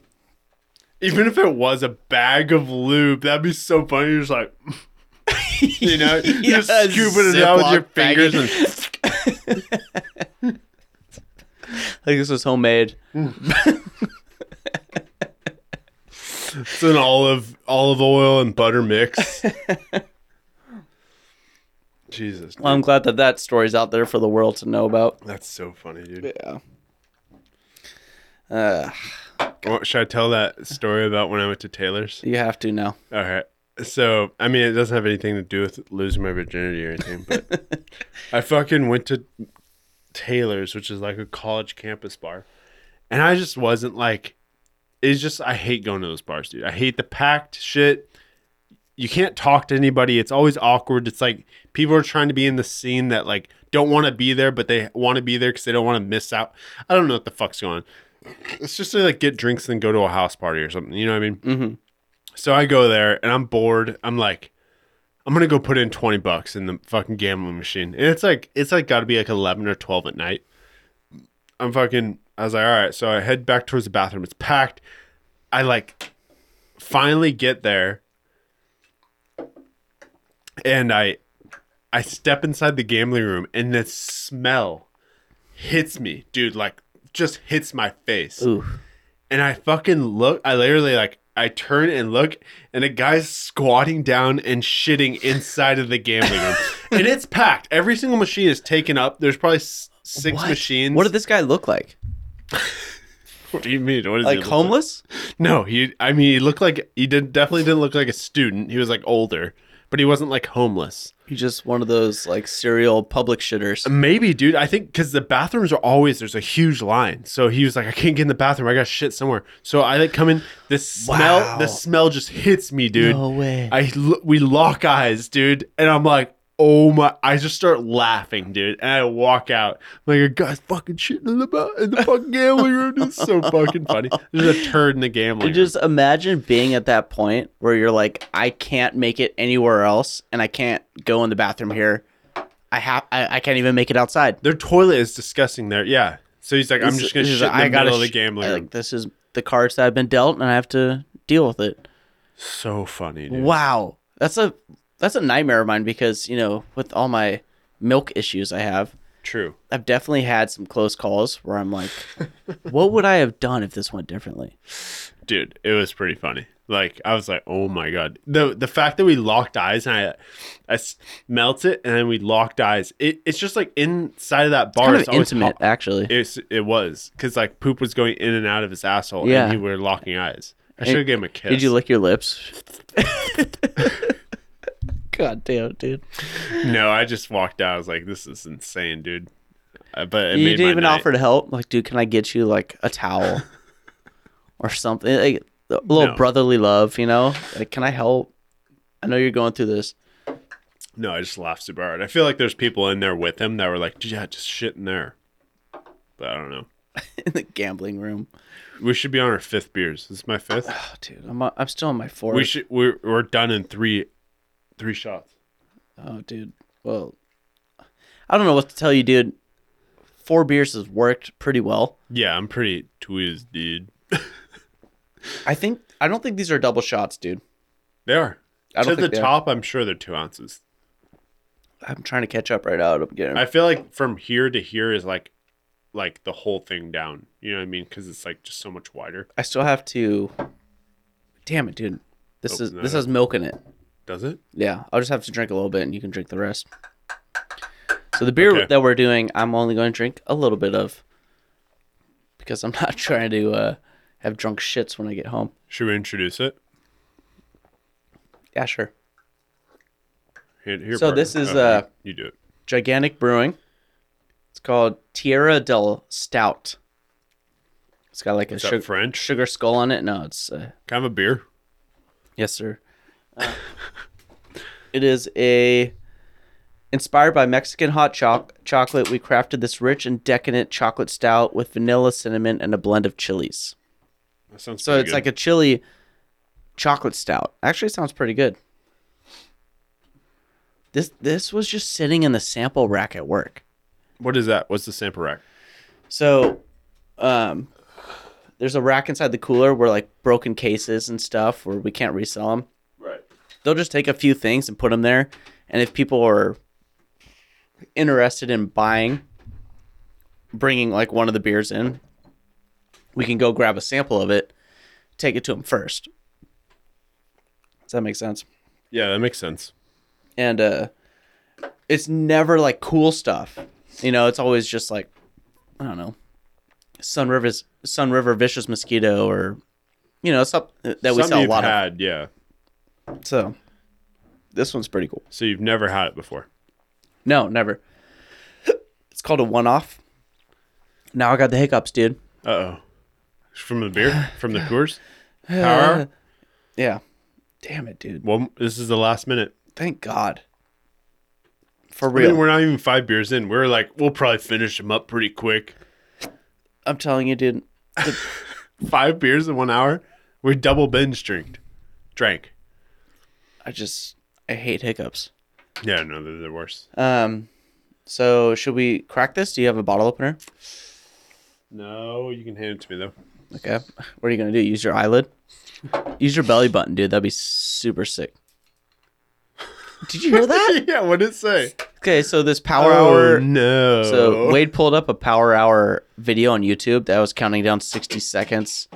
B: Even if it was a bag of lube, that'd be so funny. You're just like, you know, you're
C: Yeah,
B: scooping it out with your
C: Ziploc
B: fingers and
C: Like this was homemade.
B: it's an olive olive oil and butter mix. Jesus, dude.
C: Well, I'm glad that that story's out there for the world to know about.
B: that's so funny, dude.
C: Yeah. Uh,
B: Well, should I tell that story about when I went to Taylor's?
C: you have to now.
B: All right. So, I mean, it doesn't have anything to do with losing my virginity or anything, but I fucking went to Taylor's, which is like a college campus bar. And I just wasn't like, it's just, I hate going to those bars, dude. I hate the packed shit. You can't talk to anybody. It's always awkward. It's like people are trying to be in the scene that like don't want to be there, but they want to be there because they don't want to miss out. I don't know what the fuck's going on. It's just to like get drinks and go to a house party or something. You know what I mean? So I go there and I'm bored. I'm like, I'm gonna go put in twenty bucks in the fucking gambling machine. And it's like it's like gotta be like eleven or twelve at night. I'm fucking I was like, all right, so I head back towards the bathroom. It's packed. I like finally get there and I I step inside the gambling room and the smell hits me, dude, like just hits my face
C: Ooh.
B: and I fucking look. I literally like I turn and look, and a guy's squatting down and shitting inside of the gambling room, and it's packed. Every single machine is taken up. There's probably s- six machines.
C: What did this guy look like?
B: What do you mean? What is he
C: Like
B: look
C: homeless?
B: No, he. I mean, he looked like he did. Definitely didn't look like a student. He was like older, but he wasn't like homeless.
C: He's just one of those like serial public shitters.
B: Maybe, dude. I think because the bathrooms are always there's a huge line. So he was like, I can't get in the bathroom. I got shit somewhere. So I like come in. The smell,
C: Wow.
B: the smell just hits me, dude.
C: No way.
B: I lo- we lock eyes, dude, and I'm like, oh my I just start laughing, dude. And I walk out. I'm like a guy's fucking shitting in the bu- in the fucking gambling room. It's so fucking funny. There's a turd in the gambling
C: But
B: room.
C: just imagine being at that point where you're like, I can't make it anywhere else, and I can't go in the bathroom here. I have, I, I can't even make it outside.
B: Their toilet is disgusting there. Yeah. So he's like, I'm
C: This-
B: just gonna
C: this
B: shit
C: is-
B: in the
C: I gotta
B: middle of the
C: sh-
B: gambling room.
C: Like this is the cards that I've been dealt, and I have to deal with it.
B: so funny, dude.
C: Wow, that's a that's a nightmare of mine because you know with all my milk issues I have,
B: True.
C: I've definitely had some close calls where I'm like, what would I have done if this went differently?
B: dude, it was pretty funny. Like I was like, oh my god, the the fact that we locked eyes and I, I smelt it and then we locked eyes. It, it's just like inside of that bar.
C: Kind
B: it's
C: of
B: always
C: intimate,
B: hot.
C: actually.
B: It's it was because like poop was going in and out of his asshole.
C: Yeah.
B: and he were locking eyes. I
C: Hey,
B: should have gave him a kiss.
C: Did you lick your lips? God damn, dude!
B: No, I just walked out. I was like, this is insane, dude. Uh, but it
C: you
B: made
C: didn't
B: my
C: even
B: night.
C: offer to help. Like, dude, can I get you like a towel or something? Like a little
B: No.
C: brotherly love, you know? Like, can I help? I know you're going through this.
B: No, I just laughed super hard. I feel like there's people in there with him that were like, yeah, just shit in there. But I don't know.
C: in the gambling room.
B: We should be on our fifth beers. This is my fifth.
C: Oh, dude, I'm I'm still on my fourth.
B: We should we're we're done in three three shots.
C: oh, dude. Well, I don't know what to tell you, dude. Four beers has worked pretty well.
B: Yeah, I'm pretty tweezed, dude.
C: I think I don't think these are double shots, dude.
B: They are.
C: I don't
B: to the
C: think they are.
B: top, I'm sure they're two ounces.
C: I'm trying to catch up right out. I'm getting.
B: I feel like from here to here is like like the whole thing down. You know what I mean? Because it's like just so much wider.
C: I still have to. Damn it, dude. This is
B: Open that
C: this
B: up.
C: has milk in it.
B: Does it?
C: Yeah, I'll just have to drink a little bit, and you can drink the rest. So the beer
B: Okay.
C: that we're doing, I'm only going to drink a little bit of, because I'm not trying to uh, have drunk shits when I get home.
B: Should we introduce it?
C: Yeah, sure.
B: Here, here,
C: So
B: partner.
C: this is,
B: Oh, you-
C: uh,
B: you do it.
C: Gigantic Brewing. It's called Tierra del Stout. It's got like a
B: that
C: sugar,
B: French?
C: sugar skull on it. No, it's uh,
B: Kind of a beer.
C: yes, sir. Uh, it is a inspired by Mexican hot choc- chocolate. We crafted this rich and decadent chocolate stout with vanilla, cinnamon, and a blend of chilies.
B: That sounds
C: So it's like a chili chocolate stout. Actually, it sounds pretty good. This this was just sitting in the sample rack at work.
B: what is that? What's the sample rack?
C: So, um, there's a rack inside the cooler where like broken cases and stuff where we can't resell them.
B: Right.
C: They'll just take a few things and put them there, and if people are interested in buying, bringing like one of the beers in, we can go grab a sample of it, take it to them first. Does that make sense?
B: Yeah, that makes sense.
C: and uh it's never like cool stuff you know it's always just like i don't know sun river's sun river vicious mosquito or you know stuff that we
B: Something
C: sell a
B: you've
C: lot
B: had, yeah.
C: of so this one's pretty cool
B: So you've never had it before.
C: no never it's called a one-off now i got the hiccups dude
B: Uh oh. From the beer? From the Coors?
C: Uh,
B: Power?
C: yeah damn it dude
B: Well, this is the last minute.
C: thank god for
B: I mean,
C: real
B: we're not even five beers in. We're like, we'll probably finish them up pretty quick.
C: i'm telling you dude
B: Five beers in one hour. We double binge drinked. Drank.
C: i just i hate hiccups
B: Yeah, no, they're the worst.
C: Um, so should we crack this? Do you have a bottle opener?
B: No, you can hand it to me though.
C: Okay. What are you gonna do? Use your eyelid? Use your belly button, dude. That'd be super sick. Did you hear that?
B: yeah, what did it say?
C: Okay, so this power
B: Oh,
C: hour.
B: no.
C: So Wade pulled up a power hour video on YouTube that was counting down 60 seconds,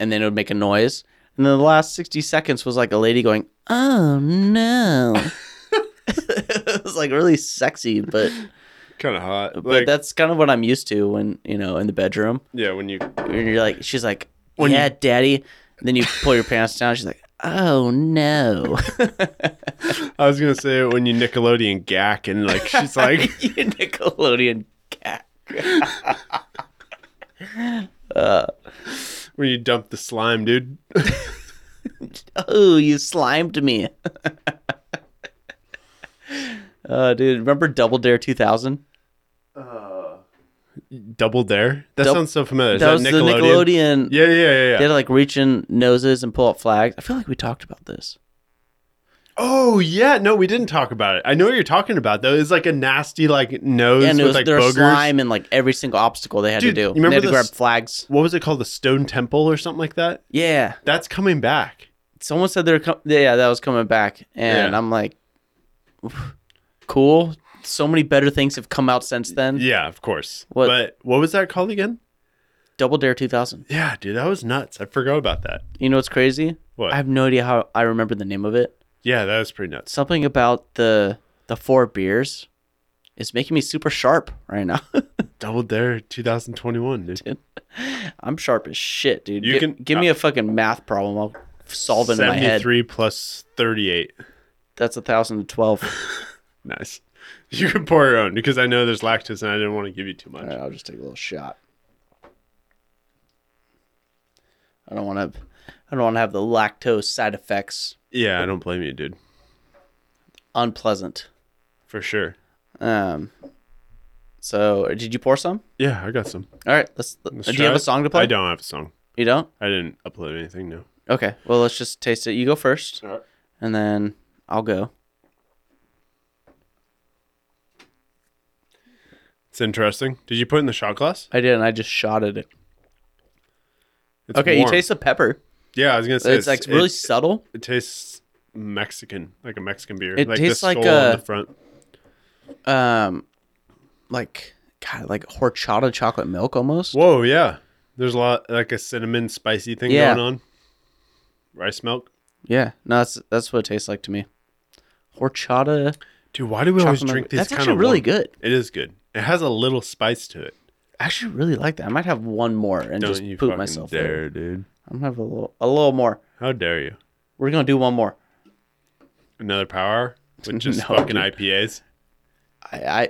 C: and then it would make a noise. And then the last 60 seconds was like a lady going, "Oh no." it was like really sexy, but
B: kind of hot.
C: but
B: like,
C: that's kind of what I'm used to when you know in the bedroom.
B: yeah, when you
C: and you're like, she's like,
B: When you-
C: yeah, daddy. And then you pull your pants down. She's like, oh no.
B: I was gonna say when you Nickelodeon gack and like she's like
C: you Nickelodeon cat.
B: when you dump the slime, dude.
C: Oh, you slimed me. Uh, dude, remember Double Dare 2000?
B: Double Dare? That
C: Dou-
B: sounds so familiar. Is
C: That, was the Nickelodeon.
B: Yeah, yeah, yeah, yeah.
C: They had to like reach in noses and pull up flags. I feel like we talked about this.
B: Oh yeah, no, we didn't talk about it. I know what you're talking about though. It's like a nasty like nose
C: and it
B: with
C: was
B: like
C: there was
B: boogers.
C: slime and like every single obstacle they had
B: Dude,
C: to do.
B: you
C: And they
B: remember
C: had to
B: the
C: grab
B: s-
C: flags.
B: What was it called? The Stone Temple or something like that?
C: Yeah.
B: That's coming back.
C: someone said they're com- yeah that was coming back and
B: Yeah.
C: i'm like cool so many better things have come out since then
B: Yeah, of course.
C: What-
B: But what was that called again?
C: double dare 2000
B: Yeah, dude, that was nuts. I forgot about that.
C: you know what's crazy
B: What?
C: i have no idea how i remember the name of it
B: yeah, that was pretty nuts.
C: something about the the four beers is making me super sharp right now
B: Double Dare 2021, dude.
C: i'm sharp as shit dude
B: You
C: Gi-
B: can- uh,
C: give me a fucking math problem i'll solve it in my head
B: 73 plus 38.
C: that's a thousand and twelve
B: Nice. You can pour your own because I know there's lactose and I didn't want to give you too much.
C: All right, I'll just take a little shot. I don't want to. I don't want to have the lactose side effects.
B: Yeah, I don't blame you, dude.
C: Unpleasant.
B: For sure.
C: Um. So, did you pour some?
B: Yeah, I got some.
C: All right. Let's.
B: Let's
C: Uh, do you
B: try
C: have a
B: it.
C: song to play?
B: I don't have a song.
C: You don't.
B: I didn't upload anything, no.
C: Okay. Well, let's just taste it. You go first,
B: All right.
C: and then I'll go.
B: It's interesting. Did you put it in the shot glass?
C: I did, and I just shot at it.
B: It's
C: Okay.
B: warm.
C: You taste the pepper.
B: Yeah, I was gonna
C: It's,
B: say
C: like really
B: It,
C: subtle.
B: it tastes Mexican, like a Mexican beer.
C: It
B: like
C: tastes
B: the
C: like
B: skull on
C: a-
B: the front.
C: Um, like God, like horchata chocolate milk almost.
B: Whoa, yeah. There's a lot like a cinnamon spicy thing
C: Yeah.
B: going on. Rice milk.
C: Yeah, no, that's that's what it tastes like to me. Horchata.
B: Dude, why do we always
C: Chocolate
B: drink
C: milk.
B: these?
C: That's
B: kind
C: actually
B: of
C: really good.
B: It is good. It has a little spice to it.
C: I actually really like that. I might have one more and
B: Don't
C: just
B: you
C: poop
B: fucking
C: myself.
B: dare,
C: later.
B: dude?
C: I'm gonna have a little, a little more.
B: How dare you?
C: We're gonna do one more.
B: Another power hour with just
C: No,
B: fucking
C: dude.
B: IPAs.
C: I, I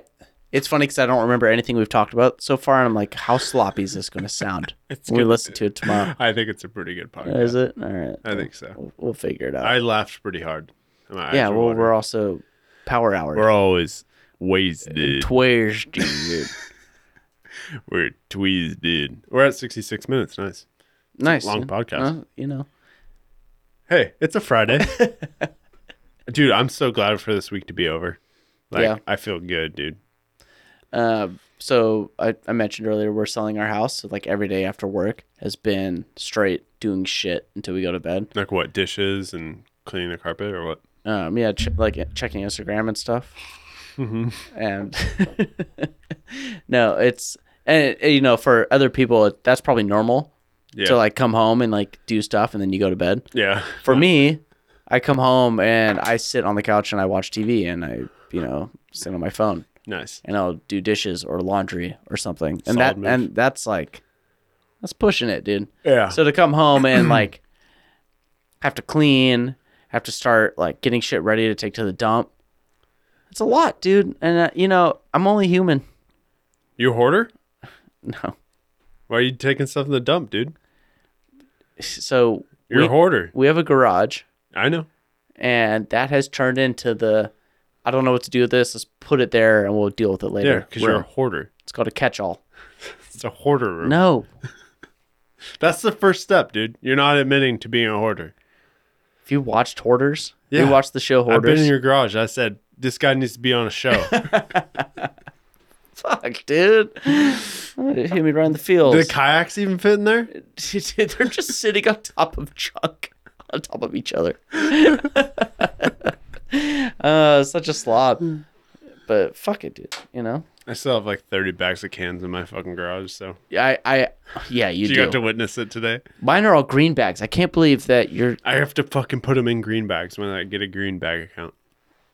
C: it's funny because I don't remember anything we've talked about so far, and I'm like, how sloppy is this gonna sound
B: It's
C: when we
B: good.
C: listen to it tomorrow?
B: I think it's a pretty good podcast.
C: Is it all right?
B: I think so.
C: We'll, we'll figure it out.
B: I laughed pretty hard. My eyes
C: yeah,
B: were
C: well,
B: watering.
C: we're also power hour.
B: We're always wasted.
C: Twiz, dude.
B: We're tweezed. We're at 66 minutes. Nice.
C: nice
B: long
C: dude.
B: podcast.
C: Uh, you know,
B: Hey, it's a Friday. dude, I'm so glad for this week to be over. Like,
C: Yeah.
B: I feel good, dude.
C: Uh, so I, I mentioned earlier we're selling our house. So like every day after work has been straight doing shit until we go to bed.
B: Like, what, dishes and cleaning the carpet or what?
C: Um, yeah, ch- like checking Instagram and stuff. And no, it's and it- you know for other people it, that's probably normal
B: Yeah.
C: to like come home and like do stuff and then you go to bed.
B: yeah.
C: For me, I come home and I sit on the couch and I watch TV and I you know sit on my phone
B: Nice.
C: and I'll do dishes or laundry or something. And
B: Solid
C: that
B: move.
C: and that's like that's pushing it, dude.
B: Yeah.
C: So to come home and like have to clean, have to start like getting shit ready to take to the dump. It's a lot, dude. And uh, you know, I'm only human.
B: you a hoarder?
C: No.
B: Why are you taking stuff in the dump, dude?
C: So
B: You're
C: we,
B: a hoarder.
C: we have a garage
B: I know.
C: and that has turned into the I don't know what to do with this. Let's put it there and we'll deal with it
B: Yeah,
C: later.
B: because you're a
C: room.
B: hoarder.
C: it's called a catch-all.
B: It's a hoarder room.
C: No.
B: That's the first step, dude. You're not admitting to being a hoarder.
C: If you watched Hoarders, you
B: Yeah.
C: watched the show
B: I've been
C: Hoarders.
B: in your garage. I said, this guy needs to be on a show.
C: Fuck, dude. It hit me right in the field.
B: Do the kayaks even fit in there?
C: They're just sitting on top of junk, on top of each other. uh, such a slob.
B: Hmm.
C: But fuck it, dude. You know?
B: I still have like 30 bags of cans in my fucking garage, so
C: Yeah, I, I yeah, you
B: you
C: do.
B: got to witness it today.
C: Mine are all green bags. I can't believe that you're,
B: I have to fucking put them in green bags when I get a green bag account.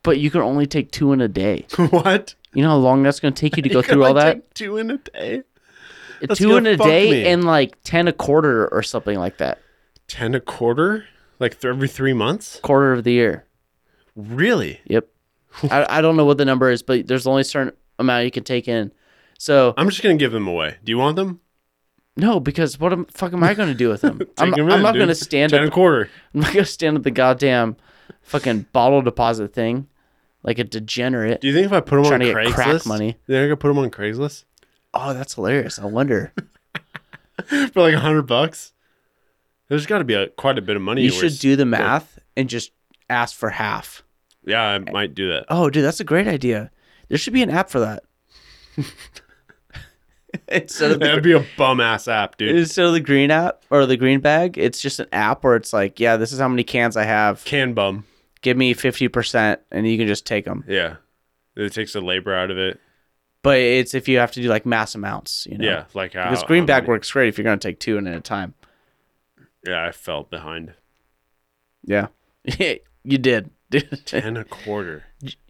C: but you can only take two in a day.
B: what?
C: You know how long that's going to take you to go
B: Can
C: through
B: I
C: all that?
B: take two in a day. that's
C: two in
B: gonna
C: a
B: fuck
C: day
B: me.
C: and like 10 a quarter or something like that.
B: Ten a quarter? Like th- every three months?
C: Quarter of the year.
B: Really?
C: Yep. I, I don't know what the number is, but there's only a certain amount you can take in. So
B: I'm just gonna give them away. Do you want them?
C: no, because what am fuck am I going to do with them? I'm,
B: Take 'em
C: I'm
B: in,
C: not
B: dude.
C: going to stand
B: Ten
C: at
B: a quarter.
C: I'm not going to stand at the goddamn fucking bottle deposit thing like a degenerate.
B: Do you think if I put him on
C: Trying to get
B: Craigslist,
C: crack money.
B: they're gonna put him on Craigslist
C: Oh, that's hilarious. I wonder.
B: for like a hundred bucks? There's got to be a, quite a bit of money.
C: you
B: we're
C: should
B: s-
C: do the math and just ask for half.
B: Yeah, I might do that.
C: Oh, dude, that's a great idea. There should be an app for that. instead of the,
B: That'd be a bum ass app, dude.
C: instead of the green app or the green bag, it's just an app where it's like, yeah, this is how many cans I have.
B: Can bum.
C: Give me fifty percent, and you can just take them.
B: Yeah, it takes the labor out of it.
C: But it's if you have to do like mass amounts, you know.
B: Yeah, like how
C: Because
B: how
C: green bag
B: many-
C: works great if you're going to take two in at a time.
B: Yeah, I fell behind
C: Yeah, you did. dude.
B: ten a quarter.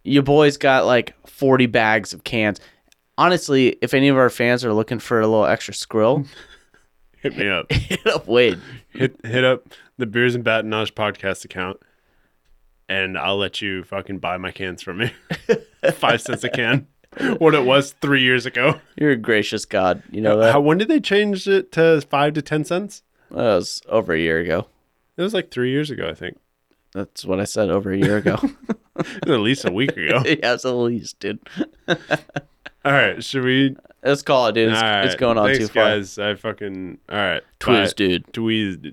C: Your boys got like forty bags of cans. Honestly, if any of our fans are looking for a little extra skrill,
B: Hit me up.
C: hit up Wade.
B: hit hit up the Beers and Batonage podcast account, and I'll let you fucking buy my cans from me. Five cents a can. What it was three years ago.
C: You're a gracious God. You know that,
B: How, when did they change it to five to ten cents?
C: that was over a year ago.
B: It was like three years ago, I think.
C: That's what I said over a year ago.
B: At least a week ago.
C: yeah, it's the least, dude.
B: All right, should we?
C: Let's call it, dude. It's,
B: all right.
C: it's going on
B: Thanks,
C: too far.
B: guys. I fucking all right.
C: Twiz,
B: bye.
C: dude.
B: Tweezed.